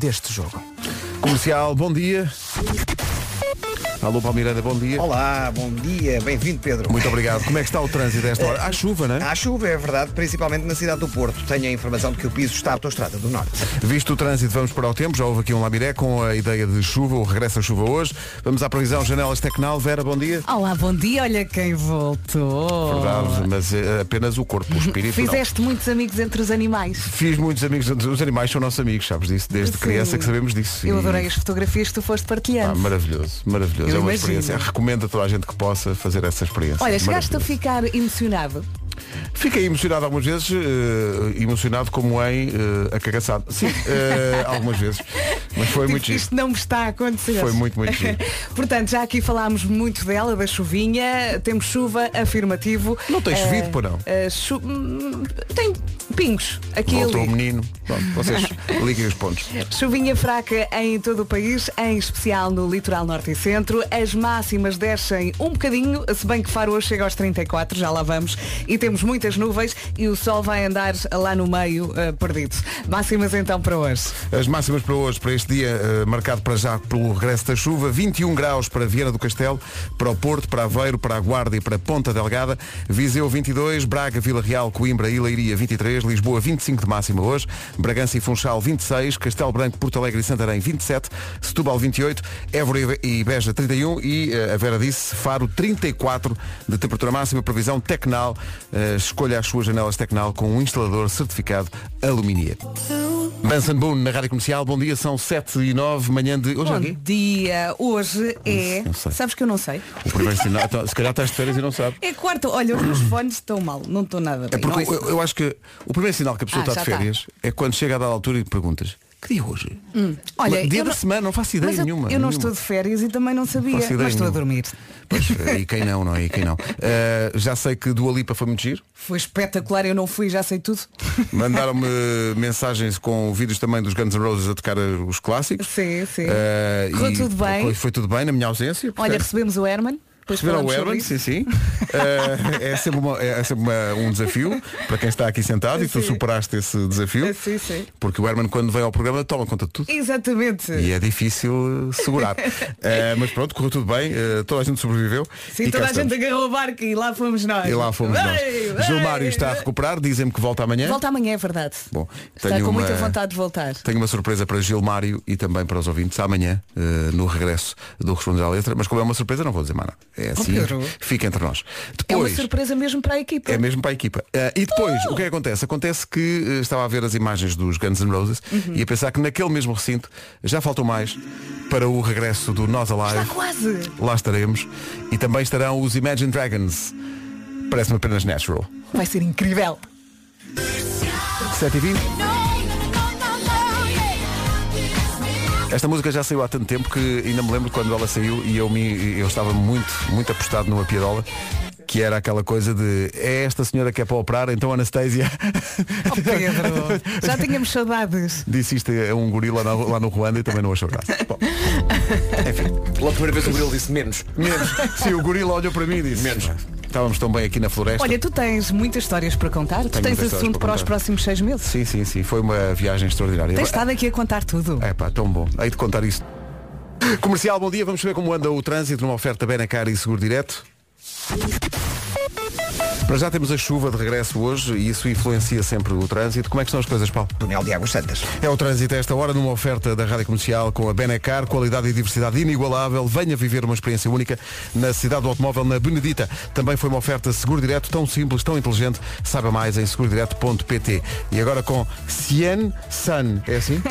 deste jogo. Comercial, bom dia. Alô, Paulo Miranda, bom dia. Olá, bom dia, bem-vindo Pedro. Muito obrigado. Como é que está o trânsito a esta hora? Há chuva, não é? Há chuva, é verdade, principalmente na cidade do Porto. Tenho a informação de que o piso está à autostrada do Norte. Visto o trânsito, vamos para o tempo. Já houve aqui um lamiré com a ideia de chuva, o regresso à chuva hoje. Vamos à previsão Janelas Tecnal. Vera, bom dia. Olá, bom dia, olha quem voltou. Verdade, mas eh, apenas o corpo, o espírito não. Fizeste muitos amigos entre os animais. Fiz muitos amigos, os animais são nossos amigos, sabes disso, desde Sim. criança que sabemos disso. Eu E- adorei as fotografias que tu foste Ah, partilhando. maravilhoso, maravilhoso. Eu é uma imagino. experiência. Recomendo a toda a gente que possa fazer essa experiência. Olha, chegaste a Maravilhoso. ficar emocionado. Fiquei emocionado algumas vezes, eh, emocionado como em eh, acagaçado. Sim, eh, algumas vezes. Mas foi muito Tipo, giro. Isto não me está a acontecer. Foi muito, muito giro. Portanto, já aqui falámos muito dela, da chuvinha. Temos chuva, afirmativo. Não tem Eh, chovido, pô, não? eh, chu- hum, Tem pingos aqui e Voltou o ali. menino. Bom, vocês liguem os pontos. Chuvinha fraca em todo o país, em especial no litoral norte e centro. As máximas descem um bocadinho, se bem que Faro hoje chega aos 34, já lá vamos. E temos muitas nuvens e o sol vai andar lá no meio eh, perdido. Máximas então para hoje. As máximas para hoje, para este dia, eh, marcado para já pelo regresso da chuva, 21 graus para Viana do Castelo, para o Porto, para Aveiro, para a Guarda e para Ponta Delgada, Viseu 22, Braga, Vila Real, Coimbra e Leiria 23, Lisboa 25 de máxima hoje, Bragança e Funchal 26, Castelo Branco, Porto Alegre e Santarém 27, Setúbal 28, Évora e Beja 31 e eh, a Vera disse Faro 34 de temperatura máxima, previsão Tecnal, Eh, escolha as suas janelas Tecnal com um instalador certificado Aluminia. Benson Boone na Rádio Comercial, bom dia, são 7 e 9, manhã de. Hoje é Bom quê? dia, hoje é. Não sei. Sabes que eu não sei. O primeiro sinal. Então, se calhar estás de férias e não sabe. É quarta, olha, os meus fones estão mal, não estou nada É bem. porque não é? eu, eu acho que o primeiro sinal que a pessoa Ah, está de já está. férias é quando chega a dada altura e perguntas, que dia é hoje? Hum. Olha, dia eu da não- semana, não faço ideia Mas eu, nenhuma. eu não nenhuma. estou de férias e também não sabia, faço ideia mas estou a nenhuma. dormir. Pois, e quem não, não é? E quem não? Eh, já sei que Dua Lipa foi muito giro. Foi espetacular, eu não fui, já sei tudo. Mandaram-me mensagens com vídeos também dos Guns N' Roses a tocar os clássicos. Sim, sim. Eh, Correu e tudo bem. Foi, foi tudo bem na minha ausência. Olha, portanto- recebemos o Herman. depois Receber ao falamos sobre Herman, isso. sim, sim. Eh, é sempre, uma- é sempre uma- um desafio para quem está aqui sentado e tu Sim. Eh, superaste esse desafio. Sim, sim. Porque o Herman, quando vem ao programa, toma conta de tudo. Exatamente. E é difícil eh, segurar. Eh, mas pronto, correu tudo bem, eh, toda a gente sobreviveu. Sim, e toda cá a gente estamos. agarrou o barco e lá fomos nós. E lá fomos nós. Ei, ei. Gilmário está a recuperar, dizem-me que volta amanhã. Volta amanhã, é verdade. Bom, está tenho com uma- muita vontade de voltar. Tenho uma surpresa para Gilmário e também para os ouvintes amanhã, eh, no regresso do Respondes à Letra, mas como é uma surpresa não vou dizer mais nada. É assim, Pedro. fica entre nós. É uma Depois, surpresa mesmo para a equipa. É mesmo para a equipa. Ah, e depois, o que é que acontece? Acontece que eh, estava a ver as imagens dos Guns N' Roses e a pensar que naquele mesmo recinto já faltou mais para o regresso do Nós Está Alive. quase. Lá estaremos. E também estarão os Imagine Dragons. Parece-me apenas natural. Vai ser incrível. 7 e 20 Esta música já saiu há tanto tempo que ainda me lembro quando ela saiu e eu, me, eu estava muito, muito apostado numa piadola que era aquela coisa de é esta senhora que é para operar, então Anastasia Oh, Pedro, já tínhamos saudades. disse isto a um gorila lá, no- lá no Ruanda e também não achou graça. Bom, Pela primeira vez o Grilo disse menos. menos. Sim, o gorila olhou para mim e disse. Menos. Estávamos tão bem aqui na floresta. Olha, tu tens muitas histórias para contar. Tu Tenho tens muitas histórias assunto para para, os contar. próximos seis meses. Sim, sim, sim. Foi uma viagem extraordinária. Tens estado aqui a contar tudo. É pá, tão bom. Hei de contar isso. Comercial, bom dia. Vamos saber como anda o trânsito numa oferta Benacar e Seguro Direto. Para já temos a chuva de regresso hoje e isso influencia sempre o trânsito. Como é que estão as coisas, Paulo? Túnel de Águas Santas. É o trânsito a esta hora numa oferta da Rádio Comercial com a Benacar, qualidade e diversidade inigualável. Venha viver uma experiência única na cidade do automóvel na Benedita. Também foi uma oferta Seguro Direto tão simples, tão inteligente. Saiba mais em segurodireto.pt. E agora com Cien Sun. É assim?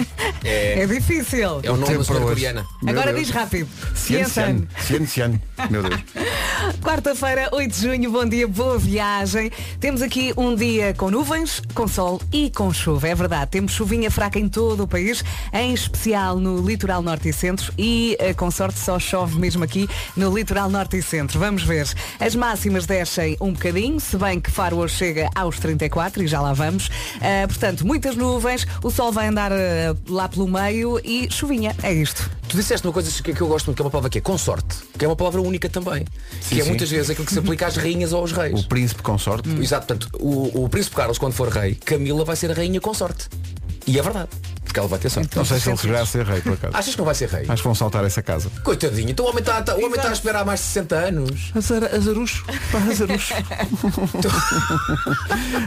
É difícil. É o nome Tempo da senhora hoje. coreana. Meu Agora Deus. diz rápido. Cien Sun. Ciência. Cien Sun. Meu Deus. Quarta-feira, 8 de junho, bom dia, boa viagem. Temos aqui um dia com nuvens, com sol e com chuva, é verdade. Temos chuvinha fraca em todo o país, em especial no litoral norte e centro e, eh, com sorte, só chove mesmo aqui no litoral norte e centro. Vamos ver. As máximas descem um bocadinho, se bem que Faro hoje chega aos 34 e já lá vamos. Ah, portanto, muitas nuvens, o sol vai andar ah, lá pelo meio e chuvinha, é isto. Tu disseste uma coisa que que eu gosto muito, que é uma palavra que é consorte, que é uma palavra única também. que é sim. muitas vezes aquilo que se aplica às rainhas ou aos reis. O príncipe consorte. Exato, portanto, o, o príncipe Carlos, quando for rei, Camila vai ser a rainha consorte. E é verdade. Portugal vai ter sorte. Não sei se ele chegará a ser rei, por acaso. Achas que não vai ser rei? Acho que vão saltar essa casa. Coitadinho, então o homem está tá, o homem tá a esperar há mais de 60 anos. Azar, azarucho. Pá, azarucho.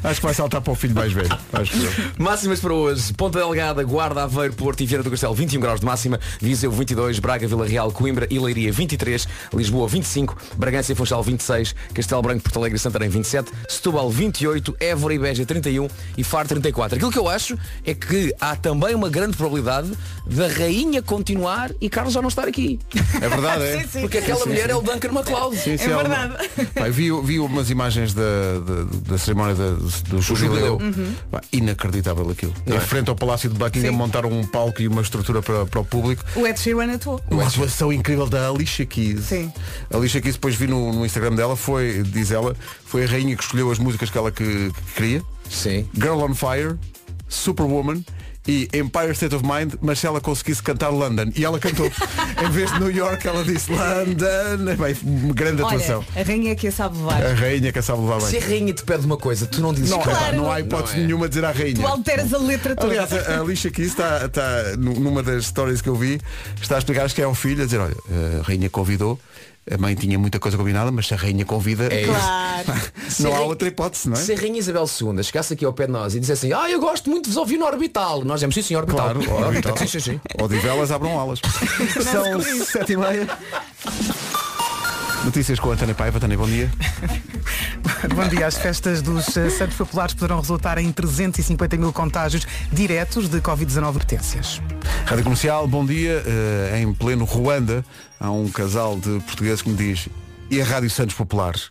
Acho que vai saltar para o filho mais velho. Acho que eu. Máximas para hoje. Ponta Delgada, Guarda, Aveiro, Porto e Vieira do Castelo 21 graus de máxima. Viseu 22, Braga, Vila Real, Coimbra e Leiria 23, Lisboa 25, Bragança e Funchal 26, Castelo Branco, Porto Alegre e Santarém 27, Setúbal 28, Évora e Beja 31 e Faro 34. Aquilo que eu acho é que há também uma grande probabilidade da rainha continuar e Carlos já não estar aqui. É verdade, é? Sim, sim. Porque aquela mulher é o Duncan MacLeod. Sim, sim, É uma- verdade. Pá, vi, vi umas imagens da, da, da cerimónia da- do jubileu. jubileu. Pá, inacreditável aquilo. Em é? frente ao Palácio de Buckingham Uhum. Sim. montaram um palco e uma estrutura para, para o público. O Ed Sheeran atuou. Uma atuação incrível da Alicia Keys. Sim. A Alicia Keys depois vi no, no Instagram dela, foi, diz ela, foi a rainha que escolheu as músicas que ela que, que queria. Sim. Girl on Fire, Superwoman e Empire State of Mind, mas se ela conseguisse cantar London. E ela cantou. em vez de New York, ela disse London. É Bem, grande Olha, atuação. a rainha que a sabe levar. A rainha que a sabe levar Se a bem. rainha te pede uma coisa, tu não dizes Não, que epá, não. Claro. não há hipótese Não é. nenhuma de dizer à rainha. Tu alteras a letra toda. Aliás, eh, a a Alicia aqui está, está nu- numa das stories que eu vi, está a explicar acho que é ao filho, a dizer, olha, a rainha convidou, a mãe tinha muita coisa combinada, mas se a rainha convida, É isso. Claro. não Se a há rainha- outra hipótese, não é? Se a Rainha Isabel II chegasse aqui ao pé de nós e dissesse assim, ah, eu gosto muito de vos ouvir no Orbital. Nós dizemos, sim, sim, Orbital. Claro, ó, Sim, sim, sim. Ou de velas abram alas. São sete e meia. Notícias com a Tânia Paiva. Tânia, bom dia. Bom dia. As festas dos eh, Santos Populares poderão resultar em 350 mil contágios diretos de Covid-19 potências. Rádio Comercial, bom dia. Eh, em pleno Ruanda, há um casal de portugueses que me diz e a Rádio Santos Populares?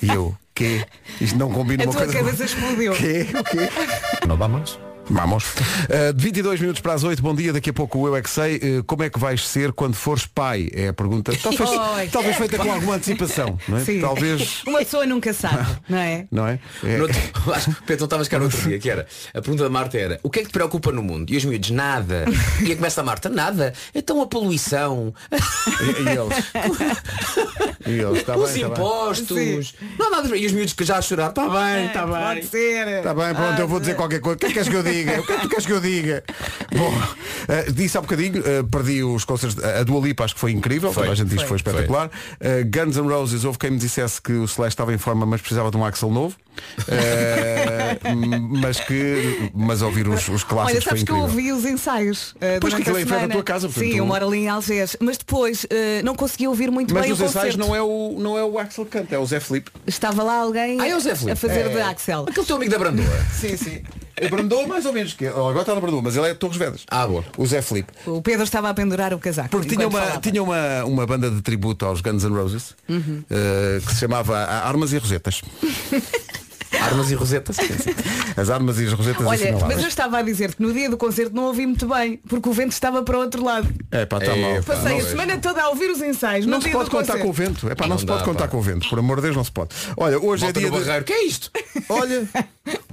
E eu, quê? Isto não combina A uma tua coisa com- cabeça explodiu. Quê? O quê? Não dá mais? Vamos. Eh, 22 minutos para as 8, bom dia. Daqui a pouco o Eu É Que Sei. Eh, como é que vais ser quando fores pai? É a pergunta. Talvez, Oi. talvez feita com alguma antecipação, não é? Sim. Talvez... Uma pessoa nunca sabe, não é? Não é? É- No outro- Acho que Pedro, não estavas cá no outro dia, que era. A pergunta da Marta era, o que é que te preocupa no mundo? E os miúdos, nada. E aí começa a Marta, nada. Então a poluição, E, e eles? E eles? Está Tá bem, os está bem. impostos. Não há nada. E os miúdos que já a chorar, está bem, está bem. Pode ser. Está Tá bem, pronto, eu vou Ah, dizer qualquer coisa. O que é que queres que eu diga? O que é que tu queres que eu diga? Bom, eh, disse há bocadinho, eh, perdi os concertos. eh, A Dua Lipa acho que foi incrível, toda a gente diz que foi espetacular. Eh, Guns N' Roses, houve quem me dissesse que o Celeste estava em forma, mas precisava de um Axel novo. Eh, mas que. Mas ouvir os, os clássicos foi Olha, sabes que eu incrível. ouvi os ensaios. uh, Pois, durante que aquilo a é em frente à semana. tua casa, portanto, Sim, tu- eu moro ali em Algés. Mas depois uh, não consegui ouvir muito Mas bem nos o ensaios concerto. não é o, não é o Axel que canta, é o Zé Felipe. Estava lá alguém Ah, é o Zé Filipe. a fazer É. de Axel. Aquele teu amigo da Brandoa. Sim, sim. Brandou mais ou menos que. Agora está no Brandou, mas ele é de Torres Vedras. Ah, boa. O Zé Felipe. O Pedro estava a pendurar o casaco. Porque tinha, enquanto uma, falava. tinha uma, uma banda de tributo aos Guns N' Roses eh, que se chamava A- Armas e Rosetas. Armas e rosetas. As armas e as rosetas Olha, assinaladas. mas eu estava a dizer que no dia do concerto não ouvi muito bem, porque o vento estava para o outro lado. É pá, está É, mal. pá, Passei não, a semana toda a ouvir os ensaios. não no se dia pode do contar concerto. com o vento. É pá, não, Não se dá, pode contar pá. com o vento. Por amor de Deus, não se pode. Olha, hoje Malta é dia do de... barreiro. Que é isto? Olha,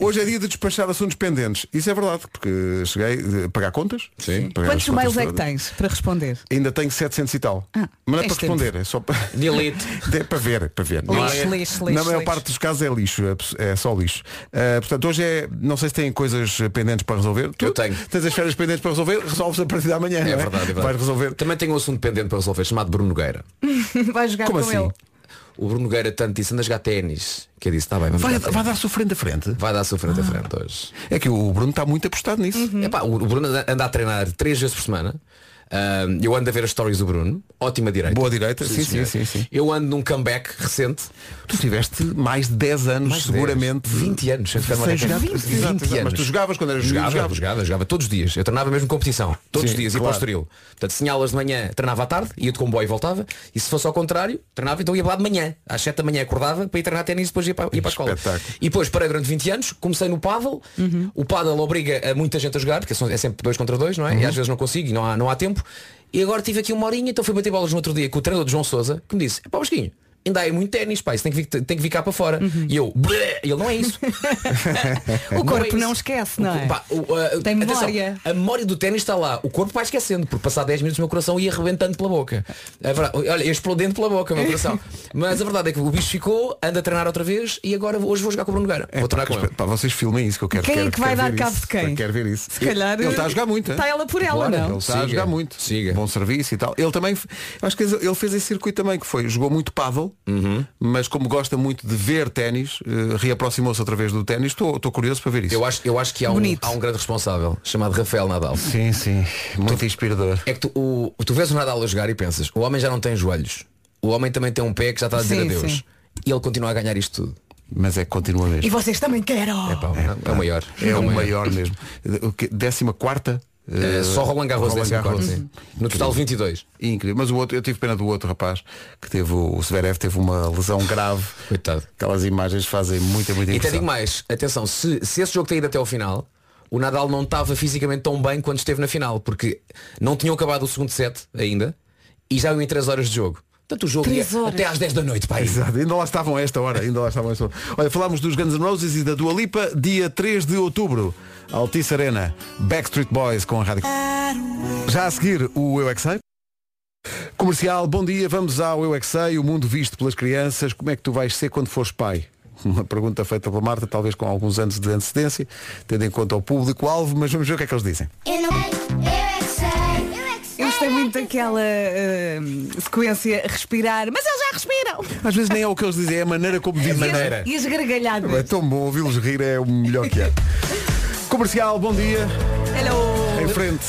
hoje é dia de despachar assuntos pendentes. Isso é verdade, porque cheguei eh, a pagar contas. Sim. Quantos mails é que tens para responder? Ainda tenho 700 e tal. Ah, mas não é és para responder, é só para... Delete. É para ver, é para ver. Não Lixo, é- lixo, lixo, Na maior lixo. parte dos casos é lixo, é pos- é só lixo. Ah, portanto, hoje é, não sei se têm coisas pendentes para resolver. Tu Eu tenho. Tens as férias pendentes para resolver, resolves a partir da manhã. não É verdade, é verdade. Vais Tá, resolver. Também tenho um assunto pendente para resolver, chamado Bruno Nogueira. Vai jogar Como com assim? ele. O Bruno Nogueira tanto disse, anda a jogar ténis. Que eu disse, está bem, vamos Vai, jogar vai ténis." dar-se o frente a frente. Vai dar-se o frente a frente hoje. É que o Bruno está muito apostado nisso. Uhum. Epá, o o Bruno anda a treinar três vezes por semana. Ahm, eu ando a ver as stories do Bruno. Ótima direita. Boa direita, sim, sim, senhor. sim, sim. Eu ando num comeback recente. Tu tiveste mais de 10 anos, Mais de seguramente. 10, 20 anos, sem jogar uma sem raquete. jogar. 20 Exato, exato. anos. Mas tu jogavas quando eras Jogava, miúdo, jogava, jogava, todos os dias. Eu treinava mesmo competição. Todos Sim, os dias e claro. para o estoril. Portanto, tinha aulas de manhã, treinava à tarde, ia de comboio e voltava. E se fosse ao contrário, treinava, então ia lá de manhã. Às 7 da manhã acordava para ir treinar ténis e depois ia para, ia para a escola. Espetáculo. E depois parei durante 20 anos, comecei no paddle. O paddle obriga a muita gente a jogar, porque são- é sempre dois contra dois, não é? E Uhum. às vezes não consigo e não há, não há tempo. E agora tive aqui uma horinha, então fui bater bolas no outro dia com o treinador de João Sousa, que me disse, pá Basquinho, ainda há muito ténis, pá, isso tem que, vir- tem que ficar para fora. E eu, "Bleh", e ele não é isso. O corpo isso. não esquece, não é? Pá, o- a- Tem atenção, memória. a memória do ténis está lá. O corpo vai esquecendo, porque passar 10 minutos o meu coração ia arrebentando pela boca. É verdade. Olha, ia explodendo pela boca o meu coração. Mas a verdade é que o bicho ficou, anda a treinar outra vez e agora hoje vou jogar com o Bruno Nogueira. Vou treinar com ele. É, Pá, vocês filmem isso que eu quero Quem é quero- que vai quero dar ver cabo isso. de quem? Quero ver isso. Se calhar, tá ele está a jogar muito. hein? está ela por ela, não? Ele está a Siga. jogar muito. Siga. Bom serviço e tal. Ele também, eu acho que ele fez esse circuito também, que foi, jogou muito paddle, Uhum. mas como gosta muito de ver ténis, eh, reaproximou-se outra vez do ténis. Estou estou curioso para ver isso. Eu acho, eu acho que há um, Bonito. há um grande responsável chamado Rafael Nadal. Sim, sim. Muito inspirador. É que tu, o, tu vês o Nadal a jogar e pensas, o homem já não tem joelhos, o homem também tem um pé que já está a dizer Sim, adeus. sim. E ele continua a ganhar isto tudo. Mas é que continua E mesmo. vocês também querem. Pá, é, o maior. Ah, É o maior mesmo. O quê? Décima quarta? É, eh, só Roland Garros, é assim, Roland Roland Garros. No total 22. Incrível. Mas o outro, eu tive pena do outro rapaz, que teve o, o Severev teve uma lesão grave. Coitado. Aquelas imagens fazem muita, muita E até impressão. digo mais, atenção, se, se esse jogo tem ido até ao final, o Nadal não estava fisicamente tão bem quando esteve na final, porque não tinham acabado o segundo set ainda e já iam em 3 horas de jogo. Portanto o jogo ia Três horas. até às 10 da noite, pá. Exato, ainda lá estavam a esta hora, ainda lá estavam a esta hora. Olha, falámos dos Guns N' Roses e da Dua Lipa, dia 3 de outubro, Altice Arena, Backstreet Boys com a Rádio. Já a seguir, o Eu É Que Sei. Comercial, bom dia, vamos ao Eu É Que Sei, o mundo visto pelas crianças, como é que tu vais ser quando fores pai? Uma pergunta feita pela Marta, talvez com alguns anos de antecedência, tendo em conta o público-alvo, mas vamos ver o que é que eles dizem. Eu não Eu é que sei. Eu é que sei. Eu gostei muito daquela eh, sequência respirar, mas eles já respiram. Às vezes nem é o que eles dizem, é a maneira como dizem. maneira. E as É gargalhadas. tão bom ouvi-los rir, é o melhor que é. Comercial, bom dia, Hello. em frente.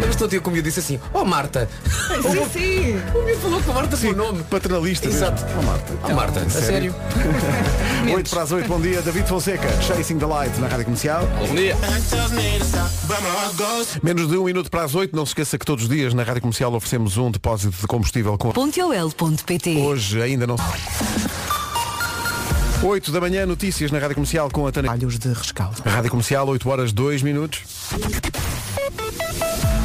Mas estou tio comigo disse assim, oh Marta, Sim, sim. o meu falou com a Marta pelo nome. Paternalista. Exato. mesmo. Oh, Marta. Oh Marta, a sério? 8 para as 8, bom dia. David Fonseca, Chasing the Light na Rádio Comercial. Bom dia. Menos de um minuto para as 8, não se esqueça que todos os dias na Rádio Comercial oferecemos um depósito de combustível com... .ol.pt Hoje ainda não... 8 da manhã, notícias na Rádio Comercial com a Tânia. Trabalhos de rescaldo. Rádio Comercial, 8 horas 2 minutos.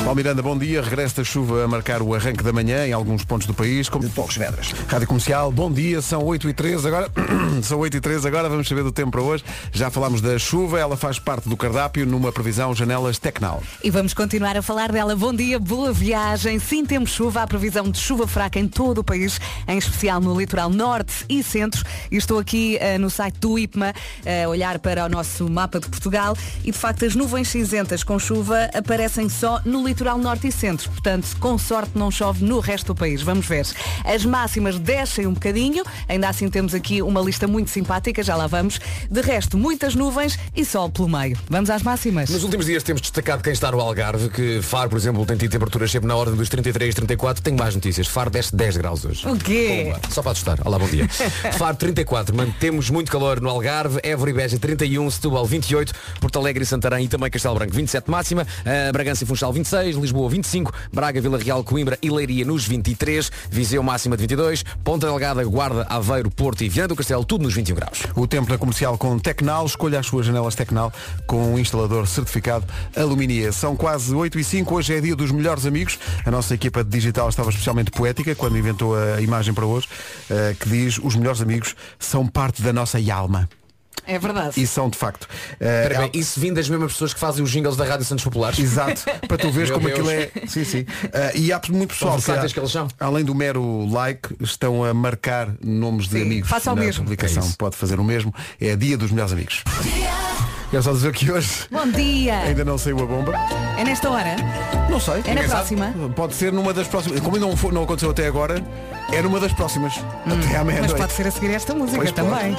Paulo Miranda, bom dia. Regresso da chuva a marcar o arranque da manhã em alguns pontos do país. Como- de Torres Vedras. Rádio Comercial, bom dia, são 8 e 13 agora, são 8 e 13 agora, vamos saber do tempo para hoje. Já falámos da chuva, ela faz parte do cardápio numa previsão janelas Tecnal. E vamos continuar a falar dela. Bom dia, boa viagem. Sim, temos chuva. Há previsão de chuva fraca em todo o país, em especial no litoral norte e centro. E estou aqui eh, no site do IPMA eh, a olhar para o nosso mapa de Portugal e, de facto, as nuvens cinzentas com chuva aparecem só no litoral norte e centro. Portanto, com sorte não chove no resto do país. Vamos ver. As máximas descem um bocadinho. Ainda assim temos aqui uma lista muito simpática. Já lá vamos. De resto, muitas nuvens e sol pelo meio. Vamos às máximas. Nos últimos dias temos destacado quem está no Algarve, que Faro, por exemplo, tem tido temperaturas sempre na ordem dos 33, 34. Tenho mais notícias. Faro desce 10 graus hoje. O quê? Pumba. Só para assustar. Olá, bom dia. Faro 34. Mantemos muito calor no Algarve. Évora e Beja 31, Setúbal 28, Porto Alegre e Santarém e também Castelo Branco 27 máxima, eh, Bragança e Funchal 26, Lisboa 25, Braga, Vila Real, Coimbra e Leiria nos 23, Viseu máxima de 22, Ponta Delgada, Guarda, Aveiro, Porto e Viana do Castelo, tudo nos 21 graus. O tempo na comercial com Tecnal, escolha as suas janelas Tecnal com um instalador certificado Aluminia. São quase 8 e 5, hoje é dia dos melhores amigos. A nossa equipa de digital estava especialmente poética quando inventou a imagem para hoje, eh, que diz os melhores amigos são parte da nossa alma. É verdade. E são de facto. Eh, Espera bem, isso vindo das mesmas pessoas que fazem os jingles da Rádio Santos Populares? Exato, para tu veres Meu como Deus. aquilo é. Sim, sim. Ah, e há muito pessoal que, versáteis que eles são. além do mero like, estão a marcar nomes de Sim, amigos. faça o na mesmo. publicação. É isso. Pode fazer o mesmo. É dia dos melhores amigos. Quero só dizer que hoje Bom dia! ainda não saiu a bomba. É nesta hora? Não sei. É na Ninguém sabe. próxima? Pode ser numa das próximas. Como ainda não, foi- não aconteceu até agora, é numa das próximas. Até É à Hum. Mas meia-noite. pode ser a seguir esta música Pois pode. também.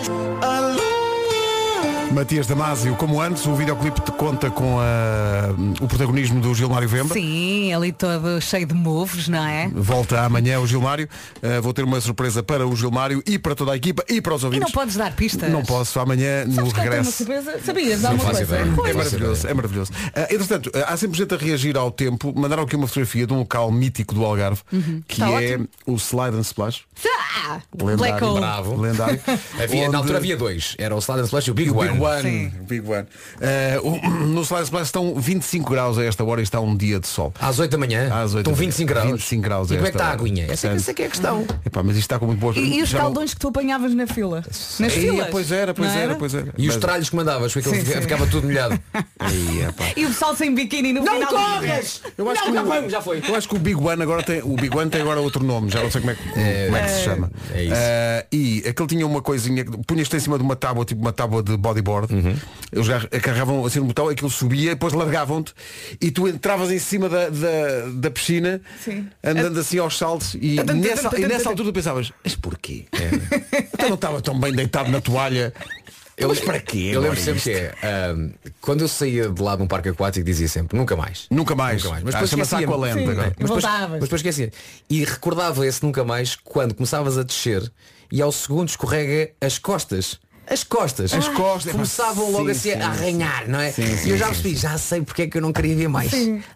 Matias Damasio, como antes, o videoclipe te conta com a- o protagonismo do Gilmário Vemba. Sim, ali todo cheio de moves, não é? Volta amanhã o Gilmário. Uh, vou ter uma surpresa para o Gilmário e para toda a equipa e para os E ouvintes. não podes dar pistas. Não posso, amanhã no Sabes que eu tenho uma regresso. surpresa? Sabias de alguma faço coisa? ideia. É Pois. maravilhoso, é maravilhoso. Uh, entretanto, uh, há sempre gente a reagir ao tempo. Mandaram aqui uma fotografia de um local mítico do Algarve, que é Está Uhum. Tá ótimo. o Slide and Splash. Tá, Pá! Lendário. Black Hole. Bravo. Lendário. Havia, Onde- Na altura havia dois. Era o Slide and Splash e o Big, Big One. One. Sim. Big One. Eh, o- no Slide Splash estão 25 graus a esta hora e está um dia de sol. Às 8 da manhã. Às oito Estão da manhã. 25 graus. 25 graus E como é que esta está a hora. aguinha? Essa, é que- Portanto- essa é que é a questão. Epá, mas isto está com muito boas... E, e os já não- caldões que tu apanhavas na fila? Nas Ei, filas? Pois era, pois não era, pois era. E os Mas- tralhos que mandavas, porque Sim, ele sim. ficava tudo molhado. Ei, epá. E o pessoal sem biquíni no final do dia. Eu acho, Não, que já o, vamos, já foi. eu acho que o Big One agora tem. O Big One tem agora outro nome, já não sei como é, que- como é que se chama. é isso. Ah, e aquele tinha uma coisinha, que punhas-te em cima de uma tábua, tipo uma tábua de bodyboard, Uhum. eles gar- carregavam assim no botão, aquilo subia, depois largavam-te e tu entravas em cima da, da, da piscina, Sim. andando assim aos saltos e nessa, e nessa altura tu pensavas, mas porquê? É. Então não estava tão bem deitado na toalha. Eu, mas para quê? Eu agora lembro sempre isto? que é. ahm, quando eu saía de lá de um parque aquático dizia sempre, nunca mais. Tá, Nunca mais. Nunca mais. Mas Ah, depois chama-se esquecia-me. Aqualente agora. Mas depois, Voltavas. mas depois esquecia. E recordava esse nunca mais quando começavas a descer e ao segundo escorrega as costas. As costas. As costas. Começavam Sim, logo assim sim, a arranhar, não é? e eu já percebi, já sei porque é que eu não queria ver mais.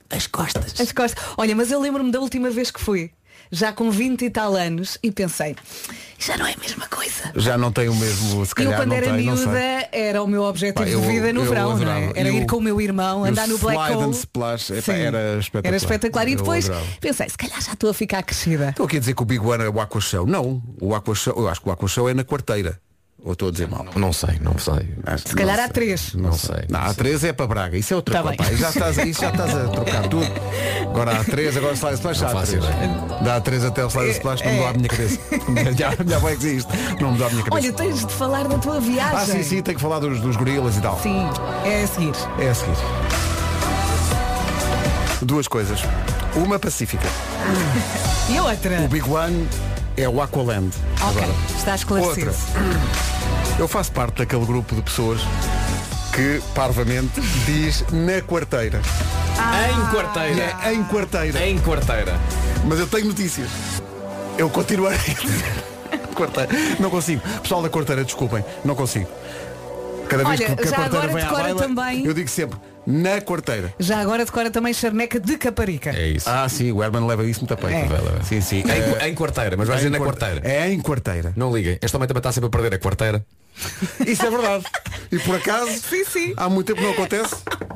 As costas. As costas. Olha, mas eu lembro-me da última vez que fui, já com 20 e tal anos, e pensei, já não é a mesma coisa. Já não tem o mesmo, se calhar eu quando não era tem, não sei. miúda era o meu Pá, objetivo eu- de vida no eu verão, adorava. não é? Era E ir o- com o meu irmão, e o andar no Black slide Hole. and splash, epá, Sim. era espetacular. Era espetacular. E Eu depois adorava. pensei, se calhar já estou a ficar crescida. Estou aqui a dizer que o Big One é o Aqua Show. Não, o Aqua Show, eu acho que o Aqua Show é na quarteira. Ou estou a dizer mal. Não sei, não sei. Se calhar há três. Não sei. Não, a 3 é para Braga, isso é outra Tá coisa. bem. pá. Já estás, isso já estás a trocar tudo. Agora há 3, agora Slide Splash há faço 3. Dá a 3 até o É, Slide Splash, não me dá a minha cabeça. já, já vai que existe. Não me dá a minha cabeça. Olha, tens de falar da tua ah, viagem. sim, sim, tenho que falar dos, dos gorilas e tal. Sim, é a seguir. É a seguir. Duas coisas. Uma pacífica. E a outra? O Big One é o Aqualand. Ok, Agora. está esclarecido. Outra. Eu faço parte daquele grupo de pessoas que, parvamente, diz na quarteira. Em quarteira. É em quarteira. Em quarteira. Mas eu tenho notícias. Eu continuarei a dizer quarteira. Não consigo. Pessoal da quarteira, desculpem. Não consigo. Cada vez Olha, que a já quarteira agora vem à decora baila, também- eu digo sempre, na quarteira. Já agora decora também charneca de caparica. É isso. Ah, sim, o Herman leva isso muito a peito. É. Leva. Sim, sim. Em, em quarteira, mas vai dizer na quarteira. É em quarteira. Não liguem. Este homem também está sempre a perder a quarteira. Isso é verdade. E por acaso, Sim, sim. há muito tempo não acontece.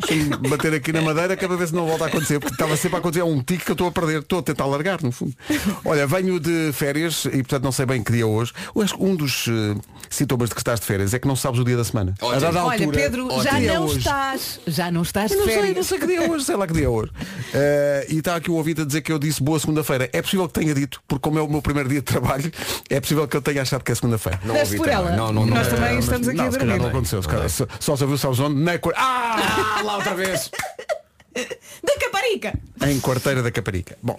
Deixa-me bater aqui na madeira, cada vez não volta a acontecer, porque estava sempre a acontecer É um tique que eu estou a perder. Estou a tentar largar, no fundo. Olha, venho de férias e portanto não sei bem que dia é hoje. Eu acho que um dos eh, sintomas de que estás de férias é que não sabes o dia da semana. Ótimo. A dada Olha, altura, Pedro, já dia é não hoje. estás. Já não estás de Não sei, não férias. sei que dia é hoje, sei lá que dia é hoje. Eh, e está aqui o ouvinte a dizer que eu disse boa segunda-feira. É possível que tenha dito, porque como é o meu primeiro dia de trabalho, é possível que eu tenha achado que é segunda-feira. Não Deste ouvi por também. ela. Não, não, não. Nós também Eh, mas- estamos aqui É, não, a se calhar não dormir. aconteceu. se calhar- só, só se ouviu, sabes onde? Na cor... Ah! Lá outra vez! De caparica! em Quarteira da Caparica. Bom,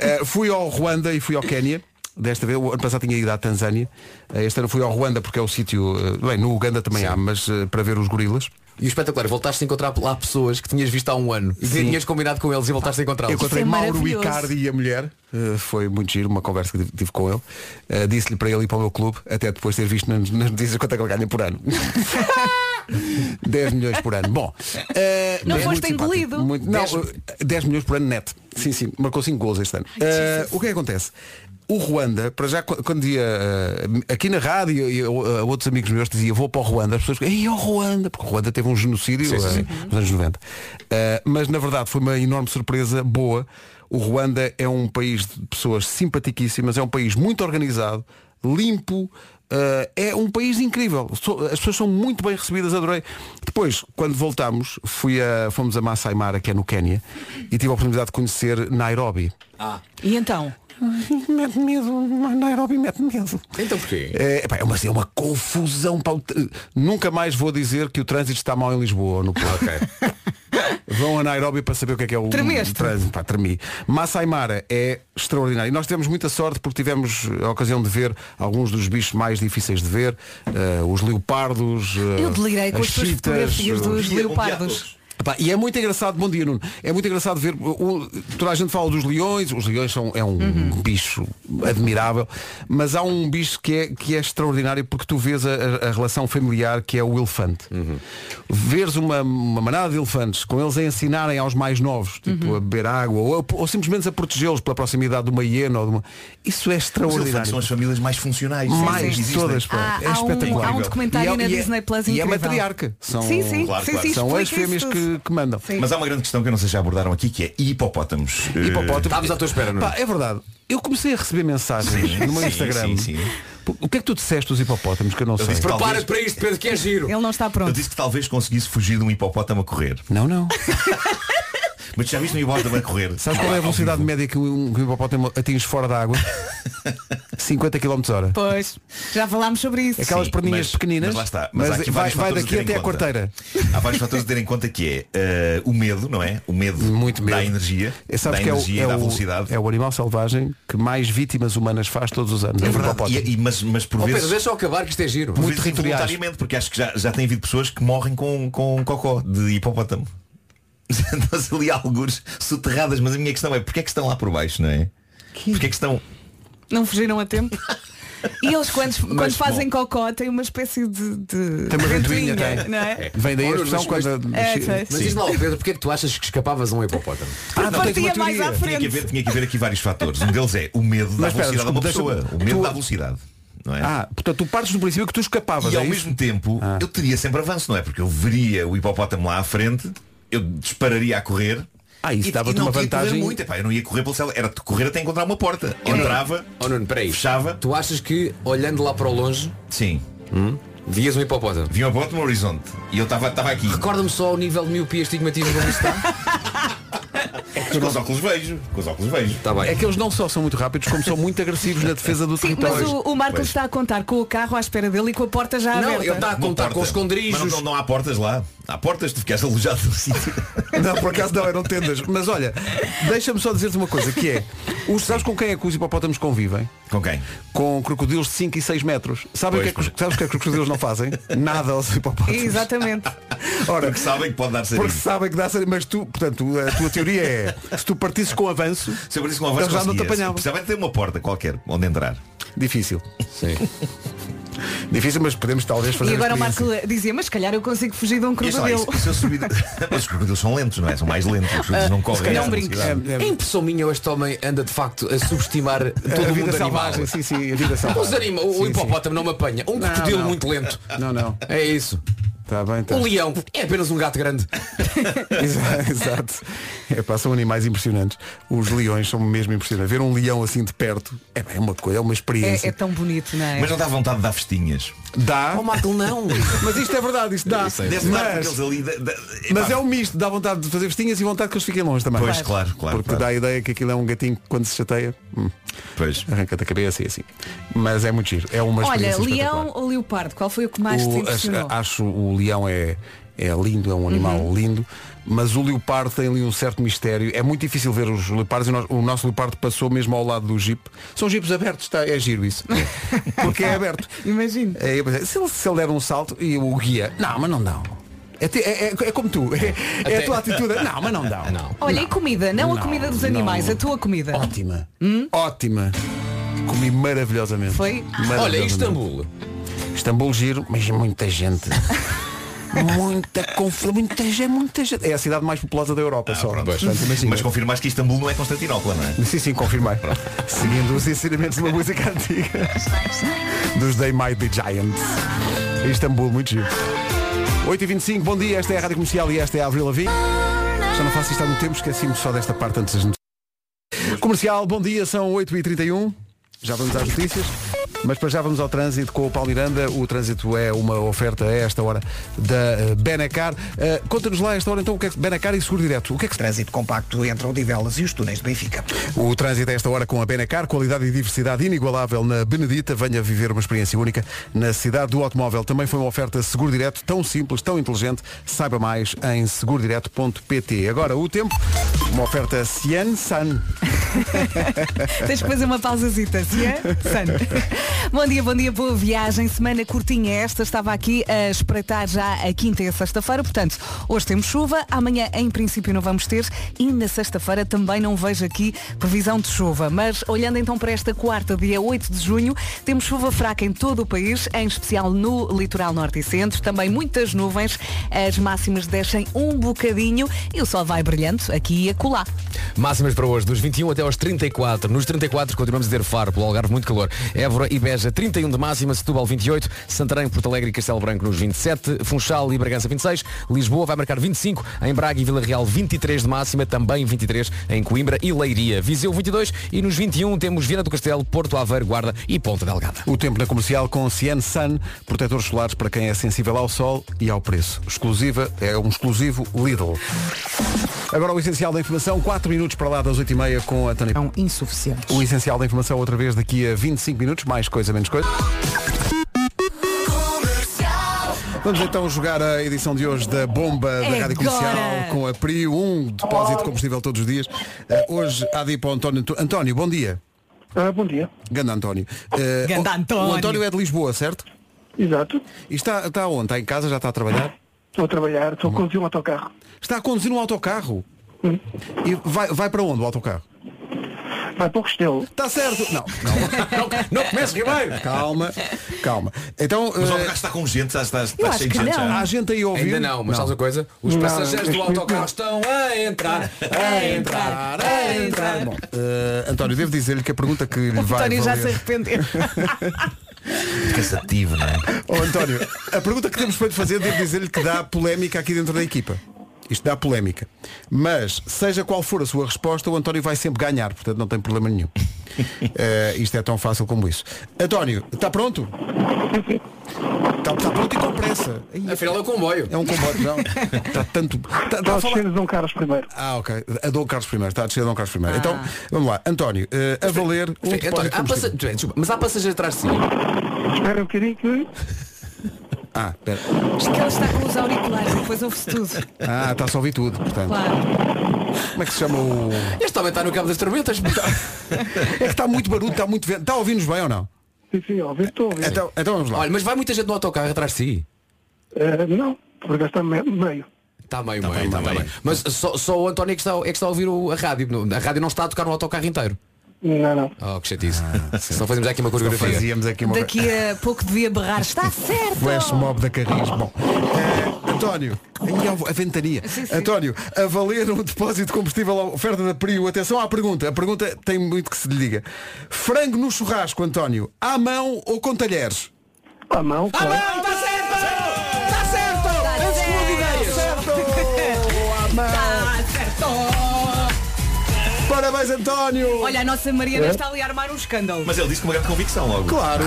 eh, fui ao Ruanda e fui ao Quénia. Desta vez, o ano passado tinha ido à Tanzânia. Eh, Este ano fui ao Ruanda porque é o sítio. eh, Bem, no Uganda também há, mas eh, para ver os gorilas. E o espetacular, voltaste a encontrar lá pessoas que tinhas visto há um ano e tinhas combinado com eles e voltaste a Eu encontrá-los. encontrei é Mauro maravilhoso. Icardi e a mulher. Eh, foi muito giro, uma conversa que tive- tive com ele. Eh, Disse-lhe para ele ir para o meu clube, até depois de ter visto nas nas notícias quanto é que ele ganha por ano. 10 milhões por ano. Bom, eh, Não mas foste muito simpático. engolido? Muito- não, 10 eh, 10 milhões por ano net. Sim, sim, marcou 5 gols este ano. Eh, o que é que acontece? O Ruanda, para já qu- quando ia eh, aqui na rádio e eu, eh, outros amigos meus dizia vou para o Ruanda, as pessoas ei, ao Ruanda, porque o Ruanda teve um genocídio Sim, sim, eh, sim. nos anos 90. Eh, mas na verdade foi uma enorme surpresa boa. O Ruanda é um país de pessoas simpaticíssimas, é um país muito organizado, limpo, eh, é um país incrível. So- As pessoas são muito bem recebidas, adorei. Depois, quando voltámos, fui a- fomos a Masai Mara, que é no Quénia, e tive a oportunidade de conhecer Nairobi. E então? Mete medo, Nairobi mete medo. Então porquê? É, epá, é uma, é uma confusão. pá, o tr- Nunca mais vou dizer que o trânsito está mal em Lisboa ou no Porto. Vão a Nairobi para saber o que é que é o Tremeste. trânsito. Pá, tremi. Masai Mara é extraordinário. E nós tivemos muita sorte porque tivemos a ocasião de ver alguns dos bichos mais difíceis de ver. eh, os leopardos. eh, Eu delirei com as tuas chitas, fotografias eh, dos leopardos. Epá, e é muito engraçado, bom dia Nuno, é muito engraçado ver, o- toda a gente fala dos leões, os leões são, é um Uhum. bicho admirável, mas há um bicho que é, que é extraordinário porque tu vês a, a- a relação familiar que é o elefante. Uhum. Veres uma, uma manada de elefantes com eles a ensinarem aos mais novos, Uhum. tipo a beber água, ou, a- ou simplesmente a protegê-los pela proximidade de uma hiena ou de uma... Isso é Os elefantes são extraordinário. as famílias mais funcionais. Mais Existem. todas, pá. Há- é há um- espetacular. há um documentário E é- na e é- Disney Plus E é incrível. matriarca. São, Sim, sim, claro, sim, claro. sim, são explica as fêmeas isso que, tudo. que mandam. Sim. Mas há uma grande questão que eu não sei se já abordaram aqui, que é hipopótamos. Eh, Hipopótamo. Estávamos à tua espera, Nuno. Pá, é verdade. Eu comecei a receber mensagens Sim, no meu sim, Instagram. sim, sim. O que é que tu disseste dos hipopótamos que eu não sei? disse- Prepara Talvez- para isto, Pedro, que é giro. Ele não está Eu pronto. disse que talvez conseguisse fugir de um hipopótamo a correr. Não, não. Mas já viste um hipopótamo a correr? Ah, Sabes qual é a velocidade média que um que um hipopótamo atinge fora da água? 50 km hora. Pois, já falámos sobre isso. Aquelas Sim, perninhas mas- pequeninas. Mas lá está. Mas há aqui vai, vários vai fatores a daqui ter em até à conta. quarteira. Há vários fatores a ter em conta que é eh, o medo, não é? O medo, Muito medo. da energia, É, da sabes que é o, energia é e da o- velocidade. é o animal selvagem que mais vítimas humanas faz todos os anos. É, É o verdade. hipopótamo. E- e- mas, mas por Oh, Pedro, vezes. deixa eu acabar que isto é giro. por muito vezes territoriais. involuntariamente, porque acho que já, já tem havido pessoas que morrem com, com cocó de hipopótamo. Andam-se ali alguns soterradas, mas a minha questão é porque é que estão lá por baixo, não é? Porque é que estão. Não fugiram a tempo. E eles quando, quando Mas, fazem cocó têm uma espécie de, de Tem uma ventoinha, ventoinha, tem. não é? Vem daí a Olha, expressão mas- quando. É, sei. Mas diz lá, Pedro, porque é que tu achas que escapavas a um hipopótamo? Porque Ah, não, tem partia uma mais teoria. à Tinha que, frente. haver, tinha que haver aqui vários fatores. Um deles é o medo da Mas espera, velocidade de uma desculpa, pessoa. deixa-me- O medo tu- da velocidade. Não é? Ah, portanto, tu partes do princípio que tu escapavas. E é ao isso? mesmo tempo eu teria sempre avanço, não é? Porque eu veria o hipopótamo lá à frente, eu dispararia a correr. Ah, isso e- dava-te e não uma tinha que correr vantagem. Muito. Epá, eu não ia correr pelo céu, era de correr até encontrar uma porta. Entrava, Oh Nuno, peraí. Fechava. Tu achas que olhando lá para o longe sim, vias um hipopótamo? vinha uma porta no horizonte e eu estava estava aqui. Recorda-me só o nível de miopia estigmatismo como está. Mas Com os óculos vejo, com os óculos vejo. Está Tá bem. É que eles não só são muito rápidos, como são muito agressivos na defesa do Sim, mas território. o, o Marcos Pois. está a contar com o carro à espera dele e com a porta já Tá Não, aberta. ele está a Uma contar porta. com os esconderijos. Mas não, não há portas lá. Há portas, tu ficas alojado no sítio. Não, por acaso não, eram tendas. Mas olha, deixa-me só dizer-te uma coisa, que é, os, sabes com quem é que os hipopótamos convivem? Com quem? Com crocodilos de 5 e 6 metros. Sabem o que é que, os- Pois. sabes o que é que os crocodilos não fazem? Nada aos hipopótamos. Exatamente. Ora, Porque sabem que pode dar sarinho. porque sabem que dá sarinho, mas tu, portanto, a tua teoria é, se tu partisses com avanço, Se eu abrisse com uma voz eles já não te apanhavam. Precisava de ter uma porta qualquer onde entrar. Difícil. Difícil, mas podemos talvez fazer E agora a o Marco experiência. dizia, mas se calhar eu consigo fugir de um E é só isso, crocodilo. se eu subir... Mas os crocodilos são lentos, não é? São mais lentos. Os crocodilos não correm. calhar a um essa brinco. velocidade. É, É impressão minha, este homem anda de facto a subestimar todo a o vida mundo animal. selvagem, sim, sim, a vida Os selvagem. anima, o Sim, sim. hipopótamo não me apanha. Um Não, crocodilo não. muito lento. Não, não. É isso. Está Tá bem, está. O leão é apenas um gato grande. Exa- Exato. É, pá, são animais impressionantes. Os leões são mesmo impressionantes. Ver um leão assim de perto é, pá, é uma coisa, é uma É, experiência. é tão bonito, não é? Mas não dá vontade de dar festinhas. Dá. Oh Marco, não. Mas isto é verdade, isto dá. Deve dar porque eles Mas, ali... da- da- mas Epá, é um misto, dá vontade de fazer festinhas e vontade que eles fiquem longe também. Pois, claro, claro. Porque claro. dá a ideia que aquilo é um gatinho que quando se chateia, hum, Pois. arranca da cabeça e assim. Mas é muito giro. É uma Olha, experiência leão espetacular. ou leopardo, qual foi o que mais te O- acho, impressionou? Uhum. acho o leão é, é lindo, é um animal lindo, mas o leopardo tem ali um certo mistério. É muito difícil ver os leopardos e nós- o nosso leopardo passou mesmo ao lado do jeep. São jipes abertos, tá, é giro isso. Porque é aberto. Imagino. É, eu pensei, se, ele, se ele der um salto e o guia, não, mas não dá. É, ti- é- é- é como tu, é, é a tua atitude, não, mas não dá. Ah, Não. Olha, e comida? Não, a comida dos não. Oh, animais, a tua comida. Ótima, ótima. Comi maravilhosamente. Hum? Foi? Olha, Maravilhosamente. Istambul. Istambul giro, mas muita gente. muita confusão, muita gente, muita gente. É a cidade mais populosa da Europa só. Ah, pronto. Portanto, imagina. Mas confirmas que Istambul não é Constantinopla, não é? Sim, sim, confirmei. Seguindo os ensinamentos de uma música antiga. Dos They Might Be Giants. Istambul, muito giro. 8h25, bom dia, esta é a Rádio Comercial e esta é a Avril Lavigne. Já não faço isto há muito tempo, esqueci-me só desta parte antes das notícias. Comercial, bom dia, são 8h31. Já vamos às notícias. Mas para já vamos ao trânsito com o Paulo Miranda. O trânsito é uma oferta a esta hora da eh, Benacar. Eh, Conta-nos lá a esta hora então o que é que Benacar e Seguro Direto. O que é que se Trânsito compacto entre Odivelas e os túneis de Benfica. o trânsito a esta hora com a Benacar, qualidade e diversidade inigualável na Benedita. Venha viver uma experiência única na cidade do automóvel. Também foi uma oferta Seguro Direto tão simples, tão inteligente. Saiba mais em segurodireto.pt. Agora o tempo, uma oferta Cian San. Tens que fazer uma pausazita, se é? Sano. Bom dia, bom dia, boa viagem. Semana curtinha esta. Estava aqui a espreitar já a quinta e a sexta-feira. Portanto, hoje temos chuva, amanhã em princípio não vamos ter e na sexta-feira também não vejo aqui previsão de chuva. Mas olhando então para esta quarta, dia 8 de junho, temos chuva fraca em todo o país, em especial no litoral norte e centro. Também muitas nuvens. As máximas descem um bocadinho e o sol vai brilhando aqui e acolá. Máximas para hoje, dos 21 até aos 34. Nos 34 continuamos a dizer Faro, pelo Algarve, muito calor. Évora e Beja, 31 de máxima, Setúbal 28, Santarém, Porto Alegre e Castelo Branco nos 27, Funchal e Bragança 26, Lisboa vai marcar 25, em Braga e Vila Real 23 de máxima, também 23 em Coimbra e Leiria. Viseu 22 e nos 21 temos Viana do Castelo, Porto Aveiro, Guarda e Ponta Delgada. O tempo na comercial com Cien Sun, protetores solares para quem é sensível ao sol e ao preço. Exclusiva, é um exclusivo Lidl. Agora o essencial da informação, 4 minutos para lá das 8h30 com a Tânia. São insuficientes. O essencial da informação outra vez daqui a 25 minutos, mais coisa, menos coisa. Vamos então jogar a edição de hoje da bomba da É Rádio Comercial agora. com a PRI, um depósito de combustível todos os dias. Eh, hoje há de ir para o António. António, bom dia. Ah, bom dia. Ganda António. Eh, Ganda o- António. O António é de Lisboa, certo? Exato. E está, está onde? Está em casa? Já está a trabalhar? Estou a trabalhar, estou a conduzir um autocarro. Está a conduzir um autocarro. Hum. E vai, vai para onde o autocarro? Vai para o Restelo. Está certo. Não, não, não, não comece primeiro. Calma, calma. Então, Mas eh, o autocarro está com gente, está, está, Eu está acho cheio de que gente não. já. há gente aí a ouvir. Ainda não, mas sabes uma coisa? Os Não, passageiros do não. autocarro estão a entrar, a entrar, a entrar. Bom, eh, António, devo dizer-lhe que a pergunta que lhe O vai António já se valer... arrependeu. Cansativo, não é? Oh, António, a pergunta que temos feito fazer, devo dizer-lhe que dá polémica aqui dentro da equipa. Isto dá polémica. Mas, seja qual for a sua resposta, o António vai sempre ganhar, portanto não tem problema nenhum. Eh, isto é tão fácil como isso. António, está pronto? Está está pronto e com pressa. Ai, Afinal é o comboio. É um combote, não. Está tanto. Está, está Está a a falar- descer de um Carlos primeiro. Ah, ok. A Dom Carlos I. Está a descer a Dom Carlos I. Então, vamos lá. António, eh, a valer. Um Espera, depósito de António, então, há passa- combustível. Desculpa, Mas há passageiro atrás de si. Espera um bocadinho que... Ah, espera. Acho que ele está com os auriculares e depois ouve-se tudo. Ah, está só a ouvir tudo, portanto. Claro. Como é que se chama o. Este homem está no cabo das tormentas. É que está muito barulho, está muito vento. Está a ouvir-nos bem ou não? Sim, sim, ao ouvir, estou a ouvir. Então, então vamos lá. Olha, mas vai muita gente no autocarro atrás de si. Ah, não, porque está me- meio. Está meio, meio, está meio. Mas só, só o António é que está, é que está a ouvir o- a rádio. A rádio não está a tocar no autocarro inteiro. Não, não. Oh, que chatice. Se não fazemos aqui uma coreografia. Fazíamos aqui uma. Daqui a pouco devia berrar. Está certo! Flash mob da Carris. Bom. eh, António, aí há a ventania. António, a valer um depósito de combustível à oferta da Prio. Atenção à pergunta. A pergunta tem muito que se lhe diga. Frango no churrasco, António, à mão ou com talheres? À mão, Ah, claro. Está certo! Está Então, certo! é Está Parabéns, António! Olha, a nossa É? Mariana está ali a armar um escândalo. Mas ele disse com uma grande convicção logo. Ah, Claro.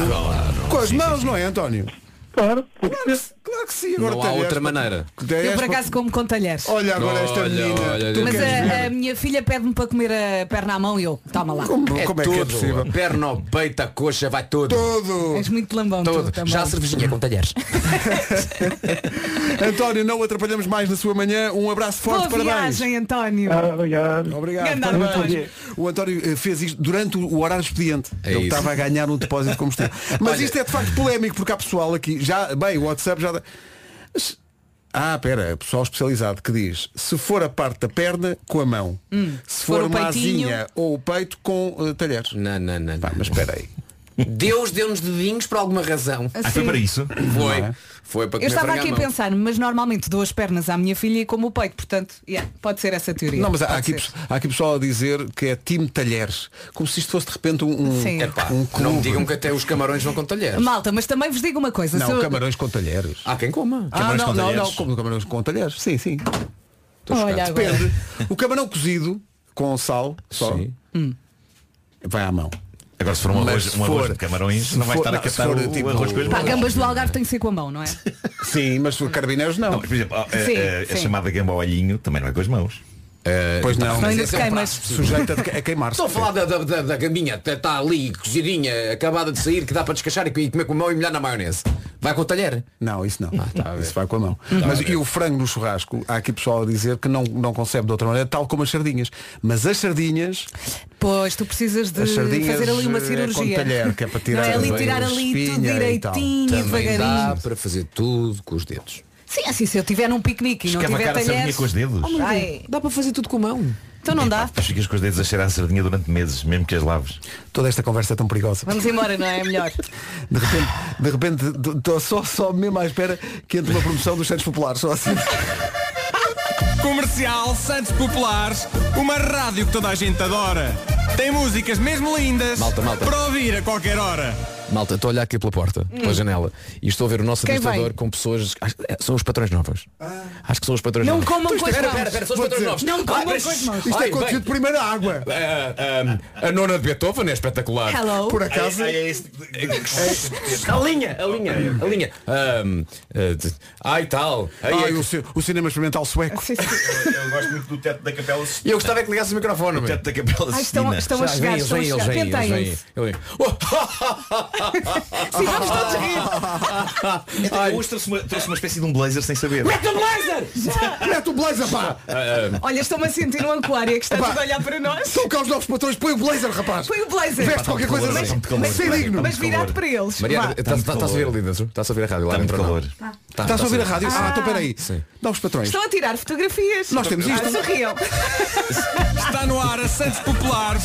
Com as Sim, mãos, não é, António? Claro. Claro que sim. Não há talheres. outra maneira. Eu por acaso como com talheres. é Olha agora esta Olha, menina. olha, Tu olha. Mas eh, queres ver? a, a minha filha pede-me para comer a perna à mão e eu, toma lá. Como, como é que é possível? Perna, ao peito, a coxa, vai tudo. Todo. És muito lambão tu Todo. também. Já a cervejinha com talheres. António, não o atrapalhamos mais na sua manhã. Um abraço Boa forte, parabéns. viagem, António. Ah, obrigado. Obrigado, Grande parabéns. António. O António eh, fez isto durante o o horário expediente. É Ele isso. estava a ganhar um depósito de combustível. Mas Olha- isto é de facto polémico, porque há pessoal aqui, já, bem, o WhatsApp já. dá- Mas- Ah, pera, pessoal especializado que diz, se for a parte da perna, com a mão. se Hum. for, for o uma peitinho- asinha ou o peito, com eh, talheres. Não, não, não. Pá, mas espera aí. Deus deu-nos dedinhos por alguma razão. Ah, foi Assim. para isso? Foi. Foi para comer é Eu estava frango à aqui a mão. pensar, mas normalmente dou as pernas à minha filha e como o peito, portanto, yeah, pode ser essa teoria. Não, mas há, há Pode aqui, ser. pe- há aqui pessoal a dizer que é time talheres. Como se isto fosse de repente um, um, Sim. Epá, um não clube. me digam que até os camarões vão com talheres. Malta, mas também vos digo uma coisa. se Não, eu- camarões com talheres. Há quem coma. Ah, Camarões não, com não, talheres. não, como camarões com talheres. Sim, sim. Olha agora. Depende. O camarão cozido com sal só Sim. vai à mão. Agora se for um Mas arroz, se um arroz for- de camarões, não vai se for- estar a não, se catar for, o, tipo, o arroz com as Pá, mãos. gambas do Algarve tem que ser com a mão, não é? Sim, mas carabineiros não. Não, mas, por exemplo, a, a- Sim, a- a sim. chamada gamba ao alhinho também não é com as mãos. pois não. Não, ainda esse te é um queimas. Sujeita de- a queimar-se. Estou a falar da, da, da, da gambinha, está ali cozidinha, acabada de sair, que dá para descachar e comer com a mão e molhar na maionese. Vai com o talher. Não, isso não. tá a ver. isso vai com a mão. Mas e o frango no churrasco? Há aqui pessoal a dizer que não, não concebe de outra maneira, tal como as sardinhas. Mas as sardinhas Pois, tu precisas de As sardinhas, fazer ali uma eh, cirurgia. com talher, que é para tirar Não é ali bem tirar a ali tudo espinha e tal. direitinho, Também dá devagarinho. para fazer tudo com os dedos. Sim, assim, se eu tiver num piquenique e não tiver Escavacar a sardinha talheres. com os dedos. Ai, Dá para fazer tudo com a mão. então não dá. Mas ficas com os dedos a cheirar a sardinha durante meses, mesmo que as laves. Toda esta conversa é tão perigosa. Vamos embora, não é? É melhor. De repente, de repente, estou só, só mesmo à espera que entre uma promoção dos Santos Populares. Só assim. Comercial Santos Populares, uma rádio que toda a gente adora. Tem músicas mesmo lindas Malta, malta. para ouvir a qualquer hora. Malta, estou a olhar aqui pela porta, pela janela, e estou a ver o nosso Hum. Quem administrador vem? Ah. com pessoas. acho- é, são os patrões novos. Acho que são os patrões Não novos. comam Isto é- com as pera, mãos. pera, pera, são os Vou patrões dizer, novos. não comam mas- com as mãos. Isto é Ai, bem. conteúdo de primeira água. Ah, A, a- a nona de Beethoven é espetacular. Hello. Por acaso, Ai, ai, é esse- A linha, a linha, a linha. Ahm, ah, de- ai tal. Ai, ai, é- o, ci- o cinema experimental sueco. Sim, sim. Eu gosto muito do teto da capela. Sistina. Eu gostava é que ligasse o microfone. O meu. teto da capela. Ai, estão, Sistina. estão a Ah, chegar, vem, estão a eles chegar. vêm, eles vêm, eles Penteiem-se. vêm, eles vêm. Sim, vamos todos rir. Então, eu Hoje trouxe uma, trouxe uma espécie de um blazer sem saber. Mete o blazer, pá! Olha, estou-me a sentir um aquário que está Epá. tudo a olhar para nós. São cá os novos patrões, põe o blazer, rapaz! Foi o blazer. Veste qualquer calor, coisa, assim? mas, está muito calor. mas ser Mas- digno! Mas virado para eles. Mariana, Vá. estás muito estás a ouvir calor. ali dentro? Estás a ouvir a rádio lá Está muito dentro? ou não? calor. Tá, Estás a ouvir a rádio? Ah, então peraí. Sim. Novos patrões. Estão a tirar fotografias. Nós temos isto. Ah, sorriam. Está no ar a Santos Populares,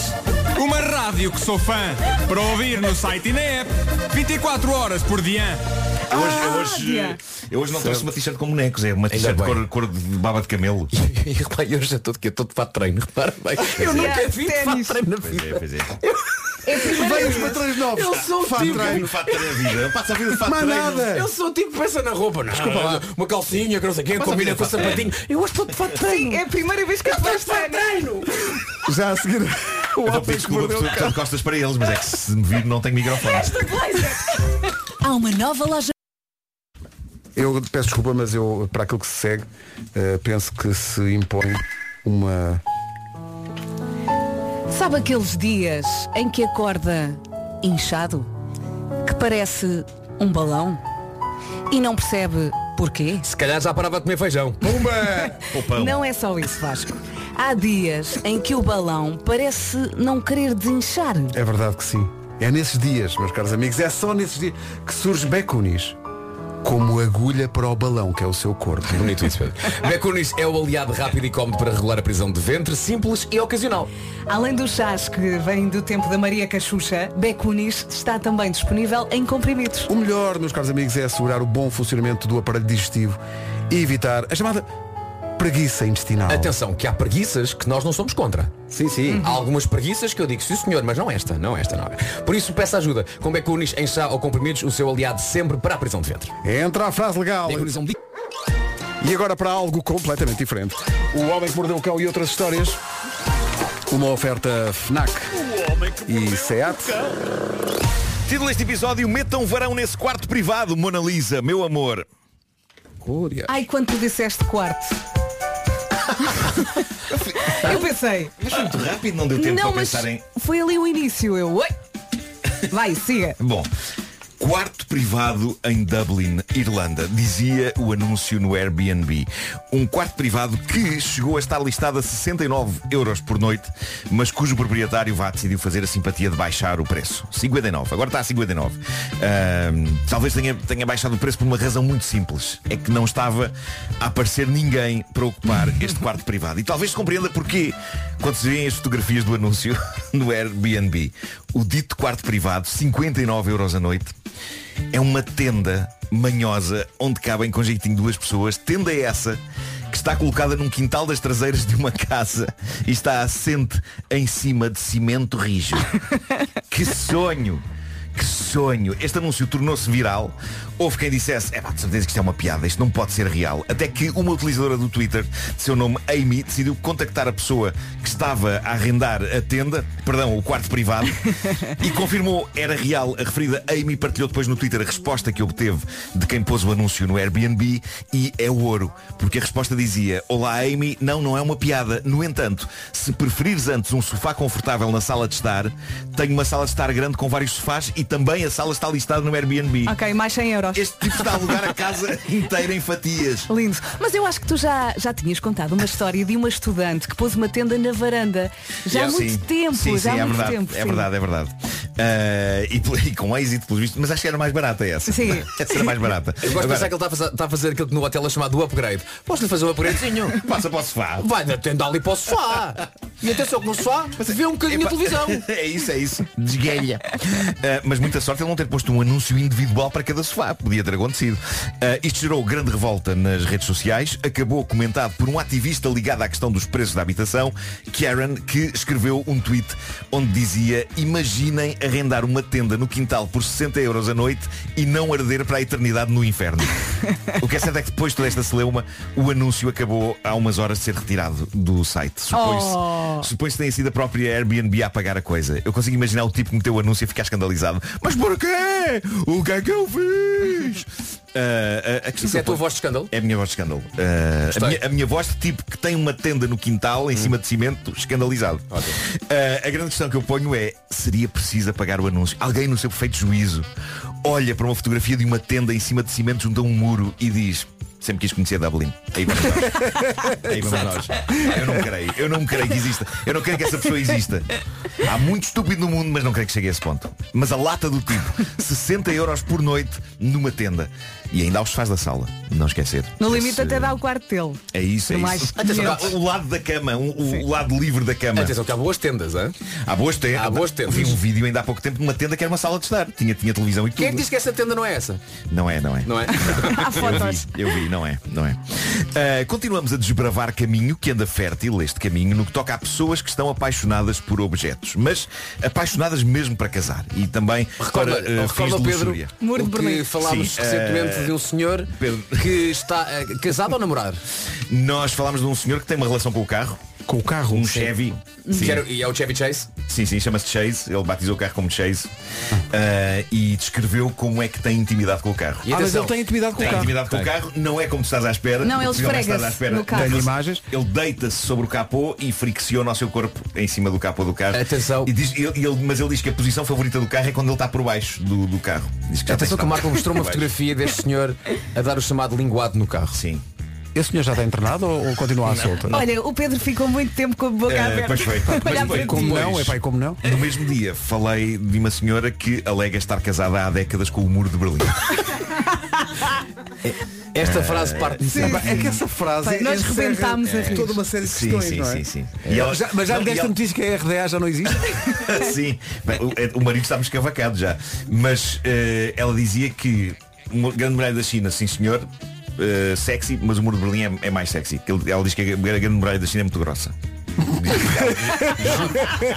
uma rádio que sou fã. Para ouvir no site e na app, 24 horas por dia. Eu hoje, eu hoje, Ah, dia. eu hoje não trouxe uma t-shirt com bonecos, é uma t-shirt bem. cor, cor de baba de camelo. E repara, eu já estou de quê? Estou de fato de treino, repara bem. Eu nunca vi de fato de ténis. treino na vida. Pois é, pois é. É a primeira Vem vez. os patrões novos! Eu sou Eu fato da vida. Eu passo a vida de fato Mais treino. nada! tipo Eu sou o tipo que pensa na roupa, não, desculpa lá. Uma calcinha, que não sei quem, combina com o sapatinho. Eu hoje estou de fato de treino. Sim, é a primeira vez que eu faço treino. Já a seguir, o Eu vou homem pedir que desculpa mordeu porque o estou de costas para eles, mas é que se me vir não tenho microfone. Há uma nova loja. Eu peço desculpa, mas eu, para aquilo que se segue, eh, penso que se impõe uma. Sabe aqueles dias em que acorda inchado? Que parece um balão? E não percebe porquê? Se calhar já parava de comer feijão. Poupão. Não é só isso, Vasco. Há dias em que o balão parece não querer desinchar. É verdade que sim. É nesses dias, meus caros amigos, é só nesses dias que surge Becunis como agulha para o balão, que é o seu corpo. Bonito isso, Pedro. Becunis é o aliado rápido e cómodo para regular a prisão de ventre, simples e ocasional. Além dos chás que vêm do tempo da Maria Cachucha, Becunis está também disponível em comprimidos. O melhor, meus caros amigos, é assegurar o bom funcionamento do aparelho digestivo e evitar a chamada preguiça intestinal. Atenção, que há preguiças que nós não somos contra. Sim, sim. Há algumas preguiças que eu digo, sim senhor, mas não esta, não esta, não. Por isso peço ajuda. Com Becunis em chá ou comprimidos, o seu aliado sempre para a prisão de ventre. Entra a frase legal. Becunis é um dico. E agora para algo completamente diferente. O Homem que Mordeu o Cão e outras histórias. Uma oferta FNAC e SEAT. Título deste episódio, metam um varão nesse quarto privado, Mona Lisa, meu amor. Ai, quando tu disseste quarto. eu pensei. Mas foi muito rápido, não deu não, mas foi ali o início. Eu, oi. Vai, siga. Bom, quarto privado em Dublin, Irlanda, dizia o anúncio no Airbnb. Um quarto privado que chegou a estar listado a 69 euros por noite, mas cujo proprietário vá decidiu fazer a simpatia de baixar o preço. 59, agora está a 59. Ahm, talvez tenha, tenha baixado o preço por uma razão muito simples. É que não estava a aparecer ninguém para ocupar este quarto privado. E talvez se compreenda porquê quando se vêem as fotografias do anúncio no Airbnb. O dito quarto privado, 59 euros a noite, é uma tenda manhosa onde cabem com jeitinho duas pessoas. Tenda é essa que está colocada num quintal das traseiras de uma casa e está assente em cima de cimento rijo. Que sonho! Que sonho! Este anúncio tornou-se viral. Houve quem dissesse, é pá, de certeza que isto é uma piada, isto não pode ser real. Até que uma utilizadora do Twitter, de seu nome Amy, decidiu contactar a pessoa que estava a arrendar a tenda, perdão, o quarto privado, e confirmou era real. A referida Amy partilhou depois no Twitter a resposta que obteve de quem pôs o anúncio no Airbnb e é ouro, porque a resposta dizia, olá Amy, não, não é uma piada. No entanto, se preferires antes um sofá confortável na sala de estar, tenho uma sala de estar grande com vários sofás e também a sala está listada no Airbnb. Ok, mais 100 euros. Este tipo está a alugar a casa inteira em fatias. Lindo. Mas eu acho que tu já, já tinhas contado uma história de uma estudante que pôs uma tenda na varanda. Já há Yeah. muito Sim. tempo, Sim, já sim, há é muito verdade, tempo. É sim. verdade, é verdade. Ah, e, pelo- e com êxito, pelos vistos, mas acho que era mais barata essa. Sim. essa era mais barata. Eu gosto de Agora, pensar que ele está a fazer, está a fazer aquilo que no hotel é chamado upgrade. Posso-lhe fazer um upgradezinho? Passa para o sofá. Vai na tenda ali para o sofá. E atenção que no sofá vê um bocadinho a Epá, televisão. É isso, é isso. Desguelha. Ah, mas muita sorte ele não ter posto um anúncio individual para cada sofá. Podia ter acontecido. Ah, isto gerou grande revolta nas redes sociais. Acabou comentado por um ativista ligado à questão dos preços da habitação, Karen, que escreveu um tweet onde dizia Imaginem arrendar uma tenda no quintal por 60 euros a noite e não arder para a eternidade no inferno. o que é certo é que depois de toda esta celeuma, o anúncio acabou há umas horas de ser retirado do site. Supõe-se Oh. Supõe-se que tenha sido a própria Airbnb a pagar a coisa. Eu consigo imaginar o tipo que meteu o anúncio e ficar escandalizado. Mas porquê? O que é que eu fiz? Ah, a- a questão Isso é a que eu tua ponho- voz de escândalo? É a minha voz de escândalo. Ah, a, Gostei. minha, a minha voz de tipo que tem uma tenda no quintal em cima de cimento, escandalizado. Ah, a grande questão que eu ponho é, seria preciso apagar o anúncio? Alguém no seu perfeito juízo olha para uma fotografia de uma tenda em cima de cimento junto a um muro e diz. Sempre quis conhecer Dublin. Aí vamos nós. Aí vamos nós. Ah, Eu não creio. Eu não creio que exista. Eu não creio que essa pessoa exista. Há muito estúpido no mundo, mas não creio que chegue a esse ponto. Mas a lata do tipo, 60 euros por noite numa tenda. E ainda aos faz da sala. Não esquecer. No limite Esse- até dá o quarto dele. É isso, é Por mais isso. Atenção, que- o lado da cama, o- o, lado livre da cama. Atenção que há boas tendas, hã? Há boas tendas. Há boas tendas. Vi um vídeo ainda há pouco tempo de uma tenda que era uma sala de estar. Tinha, tinha televisão e tudo. Quem é que diz que essa tenda não é essa? Não é, não é. Não é? Há Eu fotos. vi, eu vi, não é, não é. Ah, continuamos a desbravar caminho que anda fértil, este caminho, no que toca a pessoas que estão apaixonadas por objetos, mas apaixonadas mesmo para casar e também Recorda, para ah, fins recorda de Pedro, luxúria. Muro de o que Berlim. falámos Sim, recentemente eh, de um senhor Pedro. que está eh, casado ou namorado? Nós falámos de um senhor que tem uma relação com o carro, Com o carro. um Chevy. Sim. Que era- E é o Chevy Chase? Sim, sim, chama-se Chase, ele batizou o carro como Chase ah, e descreveu como é que tem intimidade com o carro. E Ah, mas atenção, ele tem intimidade com Tem o carro. intimidade com o carro, não é como tu estás à espera. Não, ele Porque não estás à esfrega-se espera. no carro. Tenho imagens. Ele deita-se sobre o capô e fricciona o seu corpo em cima do capô do carro. Atenção. E diz, ele, ele- mas ele diz que a posição favorita do carro é quando ele está por baixo do, do carro. Diz que já Atenção tem que o estado Marco mostrou uma por baixo. fotografia deste senhor a dar o chamado linguado no carro. Sim. Esse senhor já está internado ou, ou continua à solta? Olha, o Pedro ficou muito tempo com a boca Ah, aberta. pois foi. a Mas olhar foi para ti. Como não, Pois. é pai, como não? No mesmo dia falei de uma senhora que alega estar casada há décadas com o muro de Berlim. Esta Eh. frase parte de Epá, é que essa frase Bem, nós encerra é, rebentámos a rir. toda uma série de Sim, questões, sim, não é? sim, sim. E E ela- ela- já- mas já não, me e deste a ela- notícia que a RDA já não existe? Sim, Bem, o, o marido estava escavacado já. Mas eh, ela dizia que uma grande muralha da China, sim senhor, eh, sexy, mas o muro de Berlim é, é mais sexy. Que ele- Ela diz que a grande muralha da China é muito grossa.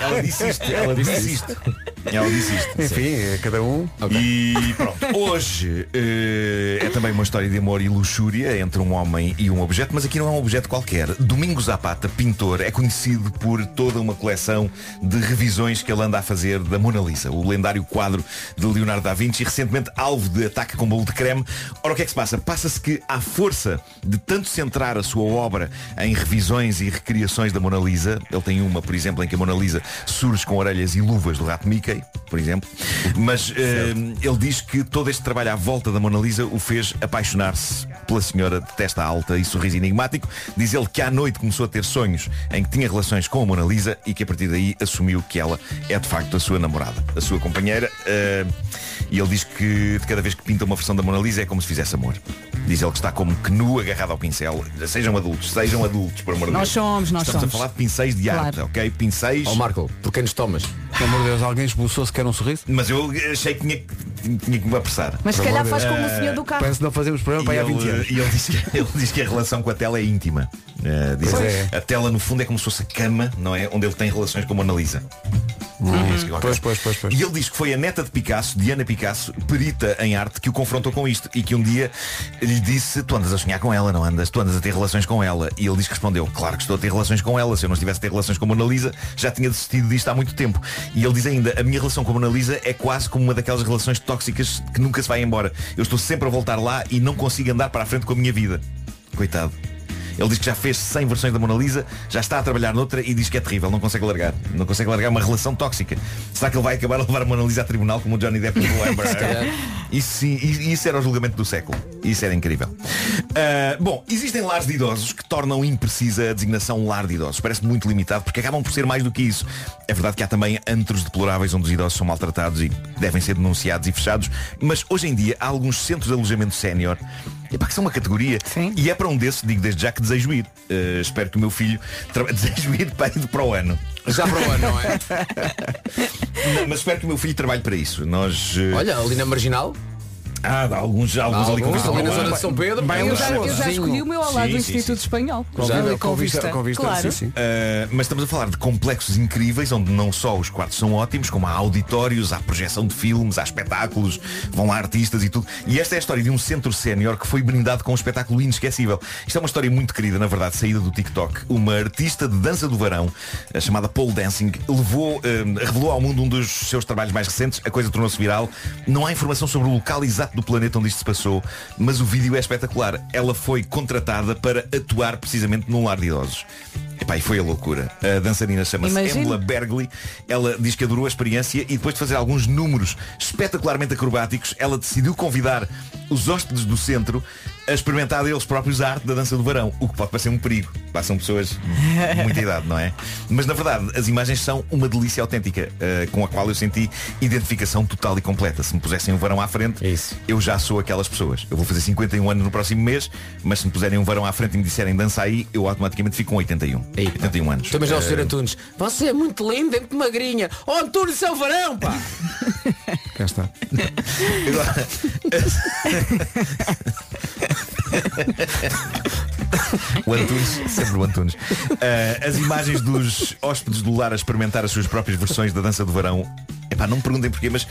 ela disse isto, ela disse isto. Ela disse isto. Enfim, é cada um. E pronto, hoje eh, é também uma história de amor e luxúria entre um homem e um objeto, mas aqui não é um objeto qualquer. Domingos Zapata, pintor, é conhecido por toda uma coleção de revisões que ele anda a fazer da Mona Lisa, o lendário quadro de Leonardo da Vinci, recentemente alvo de ataque com bolo de creme. Ora, o que é que se passa? Passa-se que, à força de tanto centrar a sua obra em revisões e recriações da Mona Lisa, ele tem uma, por exemplo, em que a Mona Lisa surge com orelhas e luvas do rato Mickey, por exemplo, mas eh, ele diz que todo este trabalho à volta da Mona Lisa o fez apaixonar-se pela senhora de testa alta e sorriso enigmático. Diz ele que à noite começou a ter sonhos em que tinha relações com a Mona Lisa e que a partir daí assumiu que ela é de facto a sua namorada, a sua companheira. eh, e ele diz que de cada vez que pinta uma versão da Mona Lisa é como se fizesse amor. Diz ele que está como que nu agarrado ao pincel. Sejam adultos, sejam adultos, por amor de Nós Deus. somos, nós Estamos somos. a falar de pincéis de Claro. arte, ok? Pincéis. Ó Marco, por quem nos tomas? Pelo amor de Deus, alguém esboçou-se quer um sorriso? Mas eu achei que tinha que, tinha que me apressar. Mas se calhar faz como eh, o senhor do carro. Parece que não fazemos programa para Ah. aí e há ele, 20 anos. e ele diz que, ele diz que a relação com a tela é íntima. Eh, diz Pois ele, A tela no fundo é como se fosse a cama, não é? Onde ele tem relações com a Mona Lisa. Uhum. Diz que, ok. Pois, pois, pois, pois. E ele diz que foi a neta de Picasso, Diana Picasso, perita em arte, que o confrontou com isto e que um dia lhe disse, tu andas a sonhar com ela, não andas? Tu andas a ter relações com ela. E ele diz que respondeu, claro que estou a ter relações com ela. Se eu não estivesse a ter relações com a Mona Lisa, já tinha desistido disto há muito tempo. E ele diz ainda, a minha relação com a Mona Lisa é quase como uma daquelas relações tóxicas que nunca se vai embora. Eu estou sempre a voltar lá e não consigo andar para a frente com a minha vida. Coitado. Ele diz que já fez 100 versões da Mona Lisa, já está a trabalhar noutra e diz que é terrível, não consegue largar. Não consegue largar uma relação tóxica. Será que ele vai acabar a levar a Mona Lisa a tribunal como o Johnny Depp levou a Amber? Heard? isso, sim, i- isso era o julgamento do século. Isso era incrível. Ah, bom, existem lares de idosos que tornam imprecisa a designação lar de idosos. Parece muito limitado porque acabam por ser mais do que isso. É verdade que há também antros deploráveis onde os idosos são maltratados e devem ser denunciados e fechados, mas hoje em dia há alguns centros de alojamento sénior Epá, que são uma categoria Sim. e é para um desses, digo desde já que desejo ir. Eh, espero que o meu filho tra... desejo ir para, para o ano. Já para o ano, não é? Não, Mas espero que o meu filho trabalhe para isso. Nós. eh, Olha, ali na marginal. Ah, há alguns, há alguns, Há ali com alguns, vista ali ao na mar. zona de São Pedro. é um um Eu já, eu já Sim. escolhi o meu ao lado Sim, do sim, Instituto sim. Espanhol. Convida- Ali com vista. com vista, Claro. sim, sim. Uh, mas estamos a falar de complexos incríveis onde não só os quartos são ótimos, como há auditórios, há projeção de filmes, há espetáculos, vão lá artistas e tudo. E esta é a história de um centro sénior que foi brindado com um espetáculo inesquecível. Isto é uma história muito querida, na verdade, saída do TikTok. Uma artista de dança do varão, Então, a chamada pole dancing, levou, uh, revelou ao mundo um dos seus trabalhos mais recentes, a coisa tornou-se viral. Não há informação sobre o local exato do planeta onde isto se passou, mas o vídeo é espetacular. Ela foi contratada para atuar precisamente num lar de idosos. Epá, e foi a loucura. A dançarina chama-se Imagino. Emla Bergley. Ela diz que adorou a experiência e depois de fazer alguns números espetacularmente acrobáticos, ela decidiu convidar os hóspedes do centro a experimentar eles próprios a arte da dança do varão, o que pode parecer um perigo. Passam pessoas de muita idade, não é? Mas na verdade, as imagens são uma delícia autêntica, eh, com a qual eu senti identificação total e completa. Se me pusessem um varão à frente, É isso. eu já sou aquelas pessoas. Eu vou fazer 51 anos no próximo mês, mas se me puserem um varão à frente e me disserem dança aí, eu automaticamente fico com 81. Ei, pá. 81 anos. Também já o Eh, Sr. Antunes. Você é muito lindo, é muito magrinha. Oh, Antunes, seu varão, pá! Cá está. agora- O Antunes, sempre o Antunes. Eh, as imagens dos hóspedes do lar a experimentar as suas próprias versões da dança do varão. Epá, não me perguntem porquê, mas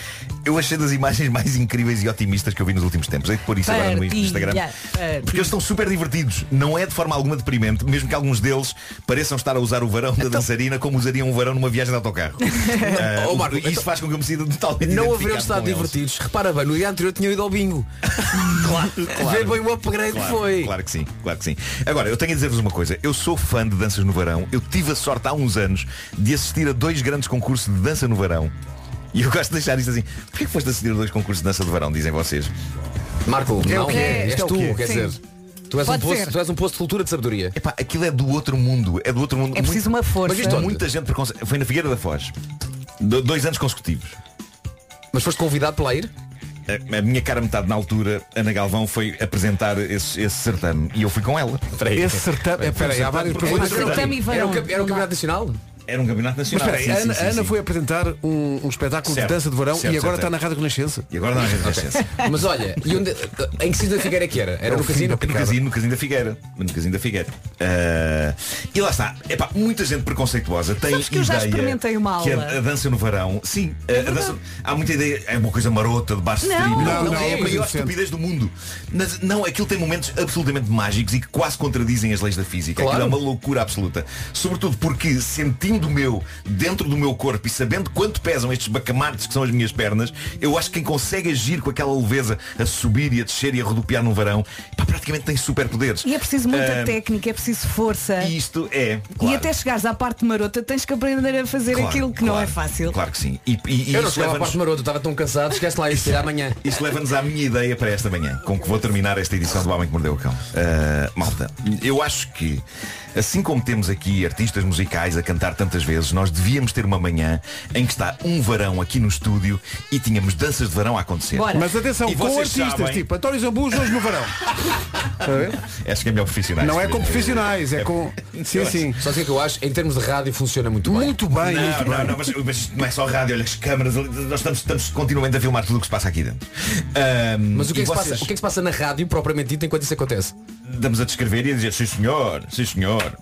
eu achei das imagens mais incríveis e otimistas que eu vi nos últimos tempos. Hei de pôr isso agora no Partilha, Instagram. partilha. Porque eles estão super divertidos. Não é de forma alguma deprimente, mesmo que alguns deles pareçam estar a usar o varão Então- da dançarina como usariam um varão numa viagem de autocarro. Eh, Oh, Marco, e isso então- faz com que eu me sinta totalmente Não haverão identificado estado com eles. divertidos. Repara bem, no dia anterior tinha ido ao bingo. Claro, Vê bem o upgrade que Claro, foi. Claro que sim, claro que sim. Agora, eu tenho a dizer-vos uma coisa. Eu sou fã de danças no verão. Eu tive a sorte há uns anos de assistir a dois grandes concursos de dança no verão. E eu gosto de deixar isto assim. Porquê que foste assistir a dois concursos de dança de verão, dizem vocês? Marco, não, o quê? és Isto é o tu, quê? quer Sim. dizer. Tu és, um Pode poço, ser. tu és um poço de cultura de sabedoria. Epá, aquilo é do outro mundo. É do outro mundo. É preciso uma força. Mas isto onde? Muita gente preconce... Foi na Figueira da Foz. Do- dois anos consecutivos. Mas foste convidado para lá ir? A, a minha cara metade na altura, Ana Galvão, foi apresentar esse, esse certame. E eu fui com ela. Esse certame. Espera aí, há várias perguntas. Mas era o- certame e Era varão. o campe- era o campeonato nacional? Era um campeonato Mas nacional. espera aí, Sim, a sim, Ana, sim, a Ana sim. foi apresentar um, um espetáculo Certo. de dança de verão Certo, e agora certo, está na Rádio Renascença. E agora não há resistência. Mas olha, e onde, em que sítio da Figueira é que era? Era É o no fim da casino? No casino, no casino da Figueira. No casino da Figueira. Ah, e lá está. Epá, muita gente preconceituosa tem Sabes que eu já ideia experimentei uma Que aula. É a, a dança no varão, sim, a- a dança- há muita ideia, é uma coisa marota, de baixo de Não. tribo. Não, não, é é a uma coisa maior diferente. estupidez do mundo. Mas, não, aquilo tem momentos absolutamente mágicos e que quase contradizem as leis da física. Claro. Aquilo é uma loucura absoluta. Sobretudo porque sentindo o meu dentro do meu corpo e sabendo quanto pesam estes bacamates que são as minhas pernas, eu acho que quem consegue agir com aquela leveza a subir e a descer e a rodopiar no varão, pá, praticamente tem superpoderes. E é preciso muita Ah, técnica, é preciso força. e E, Isto é. Claro, até chegares à parte marota tens que aprender a fazer claro, aquilo que não claro, é fácil. Claro que sim. E, e- e Eu não isso chegava à parte leva-nos. maroto, estava tão cansado, esquece lá isso, era amanhã. Isso leva-nos à minha ideia para esta manhã, com que vou terminar esta edição do Homem que Mordeu o Cão. Ah, malta, eu acho que, assim como temos aqui artistas musicais a cantar tantas vezes, nós devíamos ter uma manhã em que está um varão aqui no estúdio e tínhamos danças de varão a acontecer. Bora. Mas atenção, E com vocês artistas, sabem- tipo António Zambus hoje no verão. Acho que é melhor profissionais. Não é com profissionais, é com. Sim, sim. Só sei que eu acho, em termos de rádio funciona muito bem. Muito bem, Não, muito não, bem. não, mas, mas não é só rádio, olha as câmaras, ali, nós estamos, estamos continuamente a filmar tudo o que se passa aqui dentro. Ah, Mas o que, é e que se vocês- passa, o que é que se passa na rádio propriamente dito enquanto isso acontece? Estamos a descrever e a dizer sim senhor, sim senhor.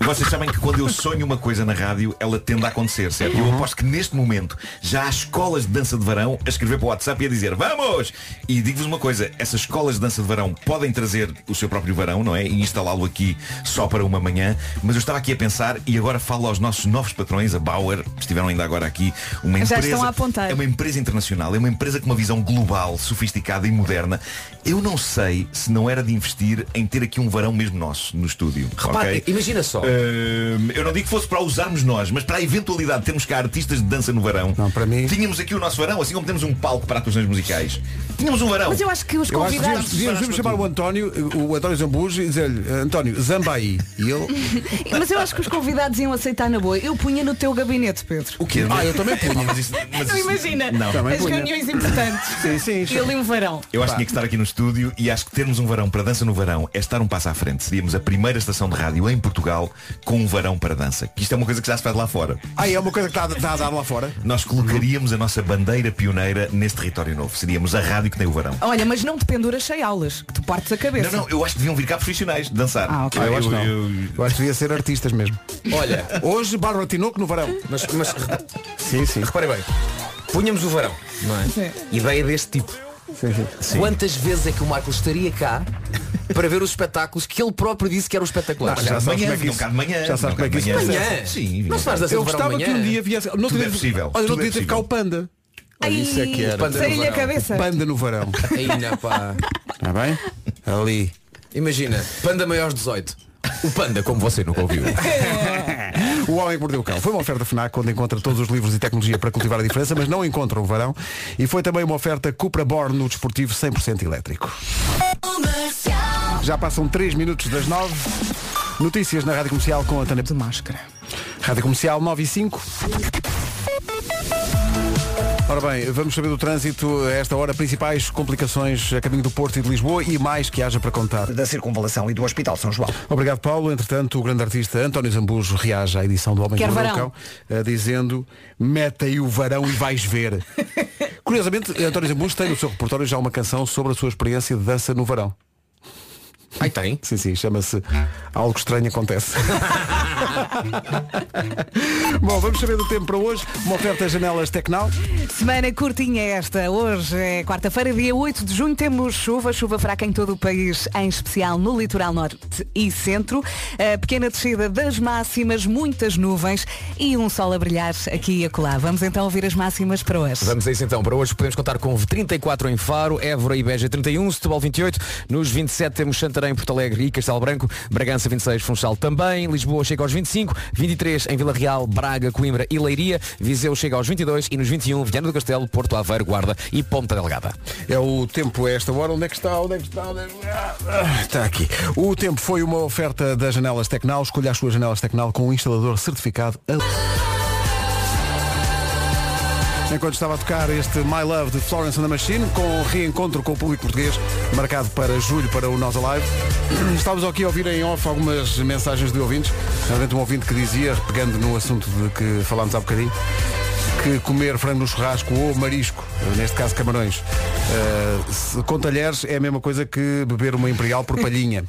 Vocês sabem que quando eu sonho uma coisa na rádio, ela tende a acontecer, certo? E Eu aposto que neste momento já há escolas de dança de varão a escrever para o WhatsApp e a dizer vamos! E digo-vos uma coisa, essas escolas de dança de varão podem trazer o seu próprio varão, não é? E instalá-lo aqui só para uma manhã. Mas eu estava aqui a pensar e agora falo aos nossos novos patrões, a Bauer, que estiveram ainda agora aqui, uma Já empresa. estão a apontar. É uma uma empresa internacional, é uma empresa com uma visão global, sofisticada e moderna. Eu não sei se não era de investir em ter aqui um varão mesmo nosso no estúdio. Repare, ok? imagina só. Eh. Ahm, eu não digo que fosse para usarmos nós, mas para a eventualidade de termos cá artistas de dança no varão. Não, para mim- Tínhamos aqui o nosso varão, assim como temos um palco para atuações musicais. Tínhamos um varão. Mas eu acho que os Eu acho que convidados. devíamos- devíamos devíamos chamar o António, o António Zambujo e dizer-lhe, António, zamba aí. E ele, Mas eu acho que os convidados iam aceitar na boa. Eu punha no teu gabinete, Pedro. O quê? Ah, eu também punha. Mas isso, mas Não isso- imagina Não. Também as punha. reuniões importantes. Sim, sim, sim. E ali um varão. Eu acho que tinha que estar aqui no estúdio e acho que termos um varão para dança no varão é estar um passo à frente. Seríamos a primeira estação de rádio em Portugal com um varão para dança. Que isto é uma coisa que já se faz lá fora. ah, é uma coisa que está, está a dar lá fora. Nós colocaríamos a nossa bandeira pioneira nesse território novo. Seríamos a rádio que tem o varão. Olha, mas não te penduras sem aulas, que tu partes a Não, cabeça. não, eu acho que deviam vir cá profissionais dançar. Ah, ok. Ah, eu acho que não. eu- Eu acho que devia ser artistas mesmo. Olha, Hoje, Bárbara Tinoco no varão. mas, mas Sim, sim. reparem bem. Punhamos o varão, não é? Sim. Ideia deste tipo. Quantas vezes é que o Marco estaria cá para ver os espetáculos que ele próprio disse que eram espetaculares? Já sabes sabes como como é que isso- um de manhã. já sabes vinham como é que cá isso de Amanhã. Sim, vinham Não se cá faz de dança Eu no verão gostava que amanhã. um dia viesse. Não Tudo é possível. Olha, não Tudo é devia ter cá possível. o panda. Ai, isso é que era. Saí-lhe a Panda no cabeça. Panda no varão. Aí, não, pá. Está bem? Ali. Imagina, panda maiores 18. O panda, como você nunca ouviu. O Homem que Mordeu o Cão foi uma oferta FNAC onde encontra todos os livros e tecnologia para cultivar a diferença, mas não encontra o varão. E foi também uma oferta Cupra Born no desportivo 100% elétrico. Já passam 3 minutos das 9. Notícias na Rádio Comercial com a Tânia de Máscara. Rádio Comercial 9 e 5. Ora bem, vamos saber do trânsito a esta hora, principais complicações a caminho do Porto e de Lisboa e mais que haja para contar. Da circunvalação e do Hospital São João. Obrigado, Paulo. Entretanto, o grande artista António Zambujo reage à edição do Homem Quer que Mordeu o varão. Cão, eh, dizendo mete aí o varão e vais ver. Curiosamente, António Zambujo tem no seu repertório já uma canção sobre a sua experiência de dança no varão. Aí tem. Sim, sim, chama-se Algo Estranho Acontece. Bom, vamos saber do tempo para hoje. Uma oferta a janelas Tecnal. Semana curtinha esta. Hoje é quarta-feira, dia 8 de junho. Temos chuva, chuva fraca em todo o país, em especial no litoral norte e centro. A pequena descida das máximas, muitas nuvens e um sol a brilhar aqui e acolá. Vamos então ouvir as máximas para hoje. Vamos a isso então. Para hoje podemos contar com 34 em Faro, Évora e Beja 31, Setúbal 28, nos 27 temos Santarém, Porto Alegre e Castelo Branco, Bragança 26, Funchal também, Lisboa chega aos 25, 23 em Vila Real, Braga, Coimbra e Leiria, Viseu chega aos 22 e nos 21 Viana do Castelo, Porto Aveiro, Guarda e Ponta Delgada. É o tempo a esta hora. Onde é que está? Onde é que está? Onde é que... Ah, ah, está aqui. O tempo foi uma oferta das janelas Tecnal. Escolha as suas janelas Tecnal com um instalador certificado. Enquanto estava a tocar este My Love de Florence and the Machine, com o reencontro com o público português, marcado para julho para o Nós Alive, estávamos aqui a ouvir em off algumas mensagens de ouvintes. Realmente um ouvinte que dizia, pegando no assunto de que falámos há bocadinho, que comer frango no churrasco ou marisco, neste caso camarões, eh, se- com talheres é a mesma coisa que beber uma imperial por palhinha.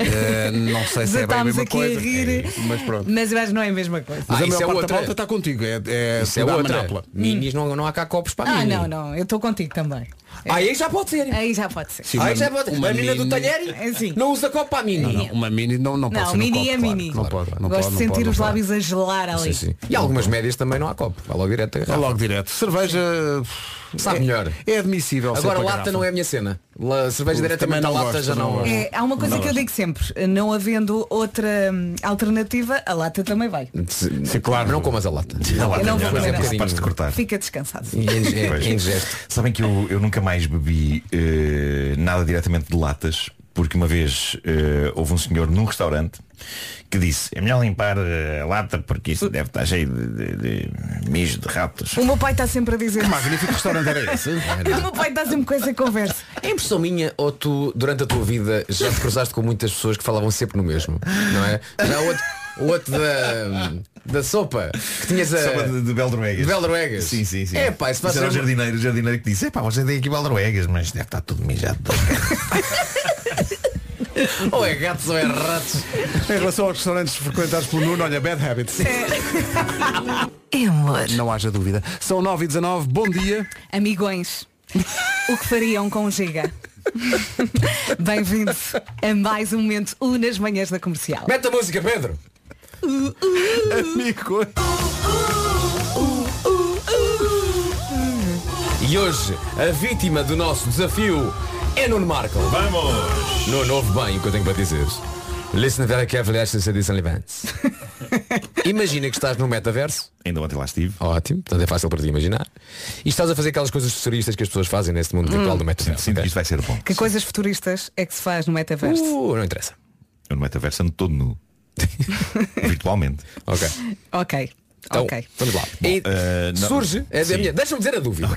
Eh, não sei se é bem a Estamos mesma aqui coisa. a rir. É, mas pronto. Mas eu acho que não é a mesma coisa. Mas Ah, a isso maior é parte outra. da pauta está contigo. É, é Isso é da outra. Manápola. Minis não, não há cá copos para Ah, mim. não, não. Eu estou contigo também. Aí já pode ser. Aí já pode ser. Sim, uma- Aí já pode ser. uma A menina do mini- talher É assim. não usa copo para a mini. Não, não, uma mini não, não pode Não, ser no mini copo, é claro, mini. Não pode, não Gosto pode, de não sentir pode, os não pode. lábios a gelar ali. Sim, sim. E algumas médias também não há copo. Vai logo direto. à É garrafa. logo direto. Cerveja Sabe é, melhor. É admissível. ser Agora para lata garrafa. não é a minha cena. La, cerveja Eu também diretamente à não lata gosto, já não não. gosto. É, há uma coisa que eu digo sempre, não havendo outra hum, alternativa, a lata também vai. Sim, claro. Não comas a lata. Não, Eu não vou não, comer não, nada. capaz de cortar. Fica descansado. E é- é- Pois. é ingesto. Sabem que eu, eu nunca mais bebi eh, nada diretamente de latas, porque uma vez eh, houve um senhor num restaurante que disse, é melhor limpar eh, a lata porque isso deve estar cheio de, de, de mijo de ratos. O meu pai está sempre a dizer. Magnífico restaurante era esse. O meu pai está sempre com essa conversa. É impressão minha ou tu, durante a tua vida, já te cruzaste com muitas pessoas que falavam sempre no mesmo, não é? Já o outro, o outro da, da sopa, que tinhas a. Sopa de, de Beldroegas. de Beldroegas. Sim, sim, sim. É, pá, isso vai Isso era o ser- jardineiro, o jardineiro que disse, é pá, você tem aqui Beldroegas, mas deve estar tudo mijado. Ou é gatos ou é ratos. Em relação aos restaurantes frequentados pelo Nuno, olha, bad habits. É amor. Não haja dúvida. São 9 e 19 bom dia. Amigões, o que fariam com o Giga? Bem-vindo a mais um momento U nas manhãs da comercial. Mete a música, Pedro. Amigo. E hoje, a vítima do nosso desafio é Nuno Marco. Vamos! Nuno, ouve bem o que eu tenho para dizer. Listen very carefully esta edição Levance. Imagina que estás num metaverso. Ainda ontem lá estive. Ótimo, portanto é fácil para ti imaginar. E estás a fazer aquelas coisas futuristas que as pessoas fazem neste mundo virtual do metaverso. Sinto ok? que isto vai ser bom. Que coisas futuristas é que se faz no metaverso? Uh, não interessa. Eu no metaverso ando todo nu. Virtualmente. Ok. Ok, Então, ok. vamos lá. E eh, não- surge. é a Sim. minha- Deixa-me dizer a dúvida.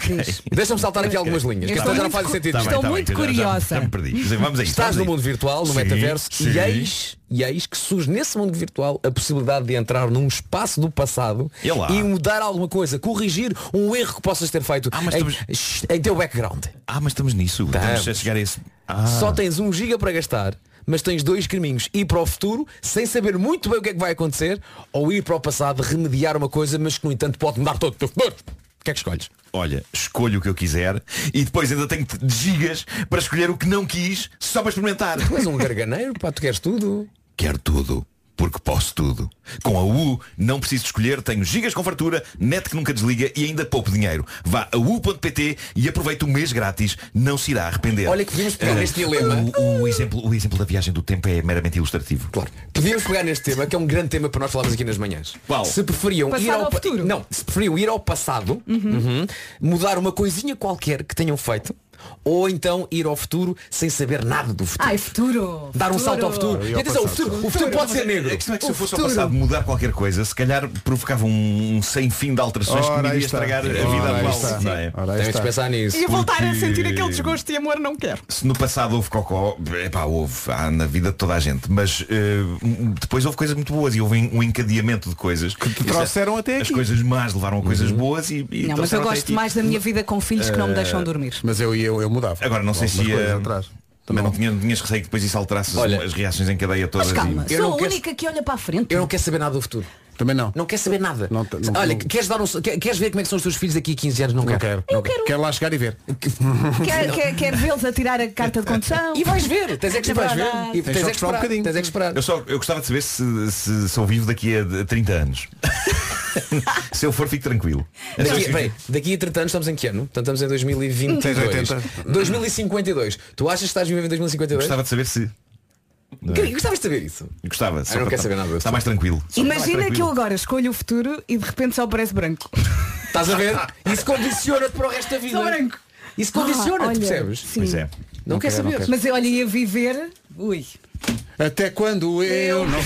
Deixa-me saltar aqui algumas linhas, que Eu então estou já não muito faz cu- sentido. Tá bem, Estou tá bem, muito já- já- curiosa. Já, me perdi. Vamos aí. Estás vamos no aí. mundo virtual, no Sim, metaverso, sim. e eis, e eis que surge nesse mundo virtual a possibilidade de entrar num espaço do passado E lá? e mudar alguma coisa, corrigir um erro que possas ter feito Ah, mas em, estamos- Shh, em teu background. Ah, mas estamos nisso. Estamos a Estamos. chegar a esse. Ah, Só tens um giga para gastar, mas tens dois caminhos. Ir para o futuro, sem saber muito bem o que é que vai acontecer, ou ir para o passado, remediar uma coisa, mas que no entanto pode mudar todo o teu futuro. O que é que escolhes? olha, escolho o que eu quiser e depois ainda tenho de gigas para escolher o que não quis só para experimentar. Tu és um garganeiro, pá, tu queres tudo. Quero tudo. Porque posso tudo. Com a U não preciso escolher, tenho gigas com fartura, net que nunca desliga e ainda pouco dinheiro. Vá a U.pt e aproveite o mês grátis, não se irá arrepender. Olha que podíamos pegar Eh, neste dilema. O, o exemplo, o exemplo da viagem do tempo é meramente ilustrativo. Claro. Podíamos pegar neste tema, que é um grande tema para nós falarmos aqui nas manhãs. Qual? Se preferiam Passado ir ao, ao pa- futuro? Não, se preferiam ir ao passado, uhum, mudar uma coisinha qualquer que tenham feito, ou então ir ao futuro sem saber nada do futuro. Ai, futuro! Dar um salto ao futuro. E atenção, o futuro, o futuro pode ser negro. A questão é que se O eu fosse ao futuro- passado mudar qualquer coisa, se calhar provocava um, um sem fim de alterações Ora, que me aí iria está. estragar a Ora, vida aí atual. está. não é? Ora, aí Tens de está. pensar nisso. E a voltar a Porque- sentir aquele desgosto e amor não quero. Se no passado houve cocó, epá, houve, há na vida de toda a gente, mas eh, m- depois houve coisas muito boas e houve um encadeamento de coisas. Que te trouxeram até As aqui. coisas más levaram a coisas boas e, e Então Não, mas eu é trouxeram até tipo gosto aqui. mais da minha vida com filhos que não me Eh, deixam dormir. Mas eu e eu, eu mudava. Agora não sei Algumas se coisas eh, atrás. Também não, tinha- tinhas receio que depois isso alterasse Olha, as reações em cadeia todas. Mas e- calma, Eu sou não a quero- única que olha para a frente. Eu não quero saber nada do futuro. Também não. Não quero saber nada. Não te- não- Olha, não- queres, dar um, que- queres ver como é que são os teus filhos daqui a 15 anos? Não, Não quero. quero. Não quero. Quero lá chegar e ver. Quero, quero, quero vê-los a tirar a carta de condução. E vais ver. Tens é que E vais esperar. ver. E Tens Tens só é que que esperar um esperar. bocadinho. Tens é que esperar. Eu, só, eu gostava de saber se, se sou vivo daqui a 30 anos. se eu for, fico tranquilo. é Daqui, peraí, daqui a 30 anos estamos em que ano? Portanto, estamos em 2022. Tens 80. 2052. Tu achas que estás vivo em 2052? Gostava de saber se. é Que- Gostavas de saber isso? Gostava. só não para- quero saber nada disso. Está mais tranquilo. Só para estar mais Imagina que eu tranquilo. agora escolho o futuro e de repente só parece branco. Estás a ver? Isso condiciona-te para o resto da vida. Sou branco. Isso condiciona-te, Ah, olha, percebes? sim. Pois é. Não, quer saber. Mas eu olha, ia viver. Ui. Até quando eu não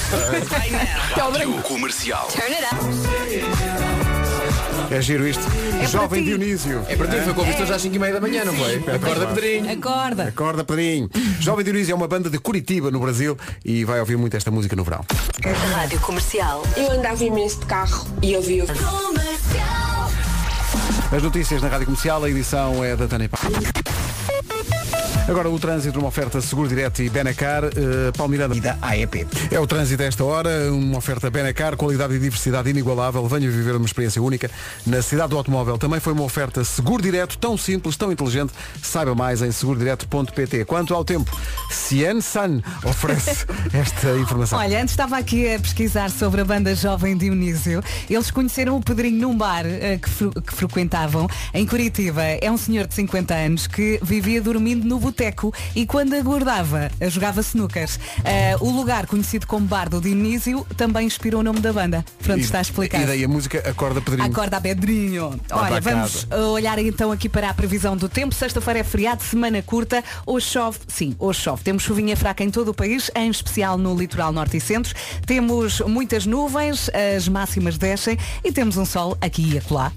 É giro isto. para Jovem ti. Dionísio. É para ti, foi convisto hoje às 5 e meia da manhã, não foi? Acorda, Pedrinho. Acorda. Acorda, Pedrinho. Jovem Dionísio é uma banda de Curitiba, no Brasil, e vai ouvir muito esta música no verão. Rádio Comercial. Eu andava imenso de carro e ouvia. As notícias na Rádio Comercial, a edição é da Tânia Pá. Agora o trânsito, uma oferta Seguro Direto e Benacar, eh, Paulo Miranda. E da AEP. É o trânsito a esta hora, uma oferta Benacar, qualidade e diversidade inigualável. Venha viver uma experiência única na cidade do automóvel. Também foi uma oferta Seguro Direto, tão simples, tão inteligente. Saiba mais em segurodireto.pt. Quanto ao tempo, Cian San oferece esta informação. Olha, antes estava aqui a pesquisar sobre a banda Jovem Dionísio. Eles conheceram o Pedrinho num bar eh, que, fre- que frequentavam em Curitiba. É um senhor de 50 anos que vivia dormindo no boteco e quando aguardava, eh, jogava snookers. Eh, o lugar conhecido como Bar do Dionísio também inspirou o nome da banda. Pronto, E- está explicado. E daí a música Acorda Pedrinho. Acorda, Pedrinho. para Olha, a vamos uh, olhar então aqui para a previsão do tempo. Sexta-feira é feriado, semana curta. Hoje chove, sim, hoje chove. Temos chuvinha fraca em todo o país, em especial no litoral norte e centro. Temos muitas nuvens, as máximas descem e temos um sol aqui e acolá.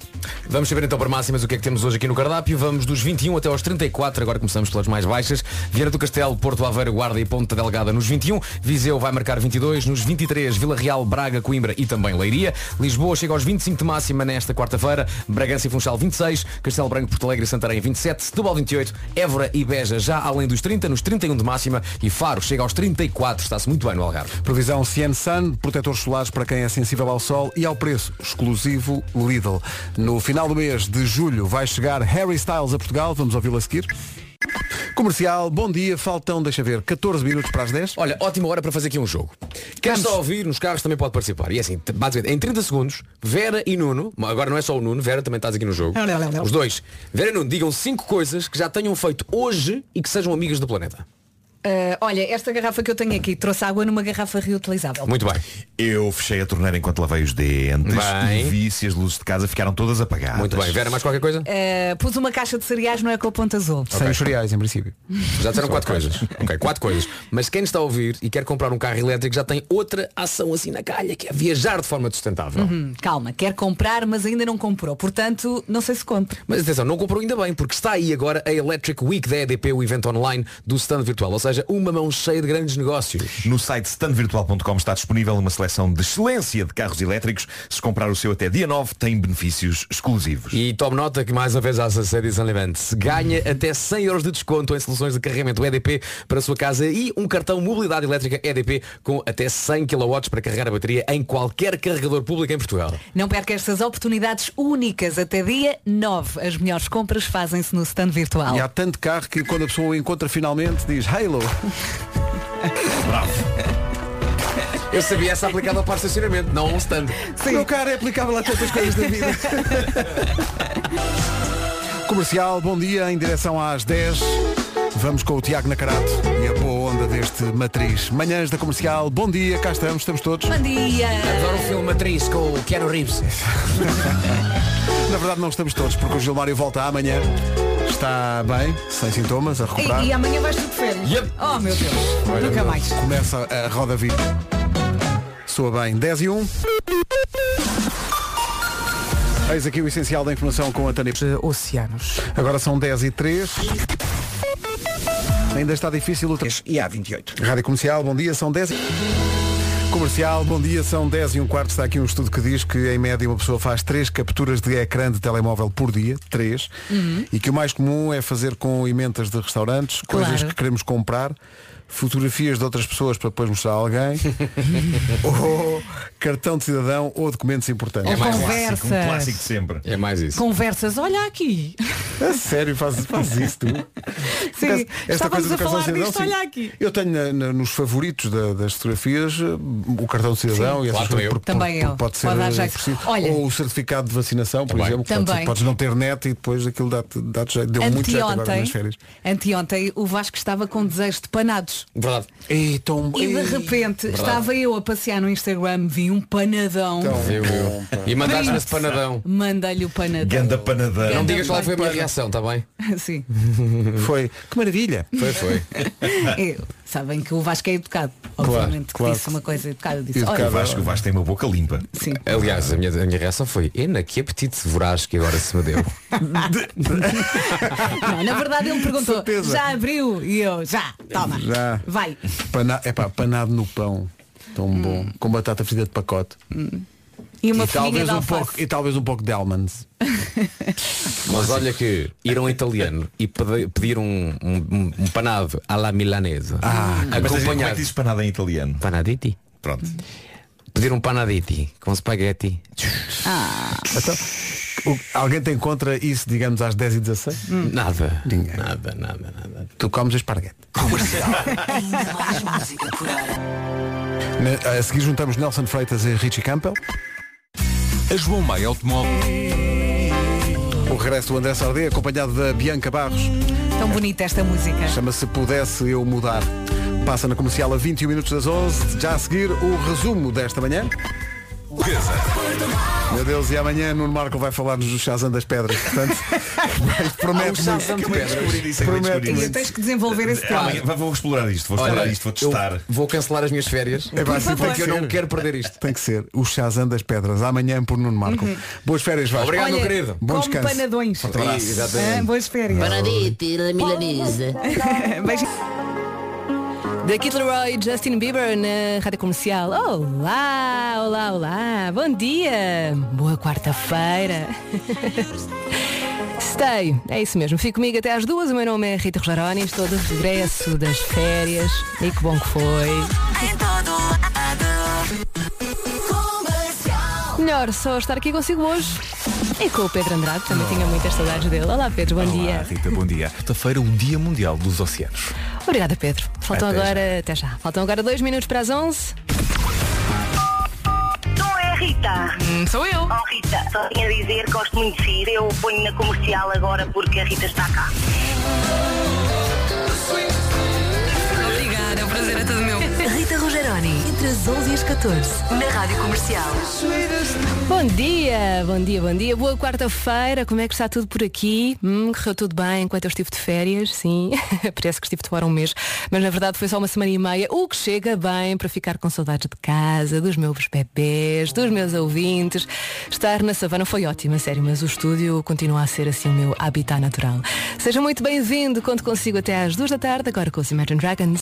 um Vamos saber então para máximas o que é que temos hoje aqui no cardápio. Vamos dos 21 até aos 34. Agora começamos pelas mais baixas. Vieira do Castelo, Porto Aveiro, Guarda e Ponta Delgada nos 21. Viseu vai marcar 22. Nos 23, Vila Real, Braga, Coimbra e também Leiria. Lisboa chega aos 25 de máxima nesta quarta-feira. Bragança e Funchal 26. Castelo Branco, Porto Alegre e Santarém 27. Setúbal 28. Évora e Beja já além dos 30, nos 31 de máxima. E Faro chega aos 34. Está-se muito bem no Algarve. Previsão Cien Sun, protetores solares para quem é sensível ao sol e ao preço exclusivo Lidl. No final do mês de julho vai chegar Harry Styles a Portugal, vamos ouvi-lo a seguir. Comercial, bom dia, faltam, deixa ver, 14 minutos para as 10. Olha, ótima hora para fazer aqui um jogo. Quem está a ouvir nos carros também pode participar. E é assim, t- basicamente, em 30 segundos, Vera e Nuno, agora não é só o Nuno, Vera também estás aqui no jogo. Não, não, não, não. Os dois. Vera e Nuno, digam cinco coisas que já tenham feito hoje e que sejam amigas do planeta. Ah, olha, esta garrafa que eu tenho aqui trouxe água numa garrafa reutilizável. Muito bem. Eu fechei a torneira enquanto lavei os dentes Bem. e vi se as luzes de casa ficaram todas Ah, apagadas. Muito bem. Vera, mais qualquer coisa? É. Ah, pus uma caixa de cereais é no Ecoponto Azul. Ok. cereais, em princípio. Já disseram quatro coisas. Ok, quatro coisas. Mas quem está a ouvir e quer comprar um carro elétrico já tem outra ação assim na calha, que é viajar de forma sustentável. Uhum, calma, quer comprar, mas ainda não comprou. Portanto, não sei se conta. Mas atenção, não comprou ainda bem, porque está aí agora a Electric Week da EDP, o evento online do stand virtual. Ou seja, uma mão cheia de grandes negócios. No site standvirtual.com está disponível uma seleção de excelência de carros elétricos. Se comprar o seu até dia 9, tem benefícios exclusivos. E tome nota que mais uma vez a Acessórios Unlimited ganha até 100 euros de desconto em soluções de carregamento EDP para a sua casa e um cartão mobilidade elétrica EDP com até 100 kW para carregar a bateria em qualquer carregador público em Portugal. Não perca estas oportunidades únicas até dia 9. As melhores compras fazem-se no stand virtual. E há tanto carro que quando a pessoa o encontra finalmente diz Halo. Eu sabia essa aplicada ao par de estacionamento, não a um stand. O meu carro é aplicável a tantas coisas da vida. Comercial, bom dia, em direção às 10. Vamos com o Tiago Nacarato e a boa onda deste Matriz. Manhãs da Comercial, bom dia, cá estamos, estamos todos. Bom dia! Adoro o filme Matriz com o Keanu Reeves. Na verdade não estamos todos, porque o Gilmário volta amanhã. Está bem, sem sintomas, a recuperar. E, e amanhã vais tu de férias? Yep. Oh meu Deus, Tá. Olha, nunca mais. Começa a roda viva. Soa bem, 10 e 1. Eis aqui o essencial da informação com a Tânia. Oceanos. Agora são 10 e 3. Ainda está difícil o 3. E há 28. Rádio Comercial, bom dia, são 10 e... Comercial, bom dia, são 10 e um quarto. Está aqui um estudo que diz que, em média, uma pessoa faz 3 capturas de ecrã de telemóvel por dia, 3, Uhum. e que o mais comum é fazer com emendas de restaurantes, coisas Claro. que queremos comprar, fotografias de outras pessoas para depois mostrar a alguém, ou cartão de cidadão ou documentos importantes. Então, Ou É mais um clássico, um conversas. clássico de sempre. É mais isso. Conversas, olha aqui. A sério, faz, faz isso tu? Sim, estávamos do a cartão falar de cidadão, disto, sim. olha aqui. Eu tenho na- na- nos favoritos da- das fotografias eh, o cartão de cidadão Sim. e essas Claro, coisas, também eu. Também eu. pode ser Pode dar eh, jeito. possível. Olha. ou o certificado de vacinação, por exemplo, que Também. pode ser- podes não ter net e depois aquilo dá-te dá jeito. Deu muito jeito agora nas férias. anteontem o Vasco estava com desejo de panados. Verdade. E, tão... E de repente estava eu a passear no Instagram, vi um panadão. Então. E mandaste-me esse panadão. Mandei-lhe o panadão. Ganda panadão. Não Ganda digas qual foi a minha panadão. reação, está bem? Sim. Foi. Que maravilha. Foi, foi. Eu- sabem que o Vasco é educado. Claro, Obviamente claro. que disse uma coisa educada. Disse, O olha, Vasco, o Vasco tem uma boca limpa. Sim. Aliás, a minha, a minha reação foi, Ena, que apetite voraz que agora se me deu. Não, na verdade ele perguntou, Certeza. já abriu? E eu, já, toma. Já. Vai. Pana... Epá, panado no pão. Tão bom. Com batata frita de pacote. E Hum. uma folhinha talvez de um alface. pouco, e talvez um pouco de almonds. Mas olha que ir a um italiano e pede- pedir um, um- um panado à la milanesa. Ah, mas acompanhado. como é que dizes panada em italiano? Panaditi. Pronto. Pedir um panaditi com spaghetti. Então, o- alguém tem contra isso, digamos, às 10 e 16 Hum. Hum. Nada. Nada, nada, nada. Tu comes esparguete. Ainda mais música por hora. Na- A seguir juntamos Nelson Freitas e Richie Campbell. A João Maia Automóvel. O regresso do André Sardé, acompanhado da Bianca Barros. Tão bonita esta música. Chama-se Pudesse Eu Mudar. um Passa na comercial a 21 minutos das 11. Já a seguir o resumo desta manhã. Portuguesa. Meu Deus, e amanhã Nuno Marco vai falar-nos do Shazam das Pedras. Portanto, bem, Ah, o promete Shazam muito. de Pedras. Descobri isso, acabei de descobrir E isso. tens que desenvolver esse Ah. tema. Amanhã- Vou explorar isto, vou explorar isto, vou testar. Vou cancelar as minhas férias. É, vai, sim, tem porque que eu não ser. quero perder isto. Tem que ser o Shazam das Pedras. Amanhã por Nuno Marco. Uhum. Boas férias, Vasco. Obrigado, meu querido. Bom Como descanso. panadões. Forte abraço. Ih, Ah, boas férias. Panadita e milanesa. Beijinho. Da Kid Leroy, Justin Bieber na Rádio Comercial. Olá, olá, olá. Bom dia. Boa quarta-feira. Stay. É isso mesmo. Fico comigo até às duas. O meu nome é Rita Rogeroni. Estou de regresso das férias. E que bom que foi. Melhor só estar aqui consigo hoje. E com o Pedro Andrade. Também tinha muitas saudades dele. Olá, Pedro. Bom dia. Rita, bom dia. Quarta-feira, o Dia Mundial dos Oceanos. Obrigada, Pedro. Faltam Até agora, até já. Faltam agora dois minutos para as 11. Não é a Rita. sou eu. Oh, Rita, só tinha a dizer, gosto muito de sair. Eu ponho na comercial agora porque a Rita está cá. Obrigada, o prazer é todo meu. Rita Rogeroni, entre as 11 e as 14, na Rádio Comercial. Bom dia, bom dia, bom dia. Boa quarta-feira, como é que está tudo por aqui? Hum, correu tudo bem enquanto eu estive de férias, sim. Parece que estive de fora um mês, mas na verdade foi só uma semana e meia, o que chega bem para ficar com saudades de casa, dos meus bebés, dos meus ouvintes. Estar na savana foi ótimo, a sério, mas o estúdio continua a ser assim o meu habitat natural. Seja muito bem-vindo, conto consigo até às duas da tarde, agora com os Imagine Dragons.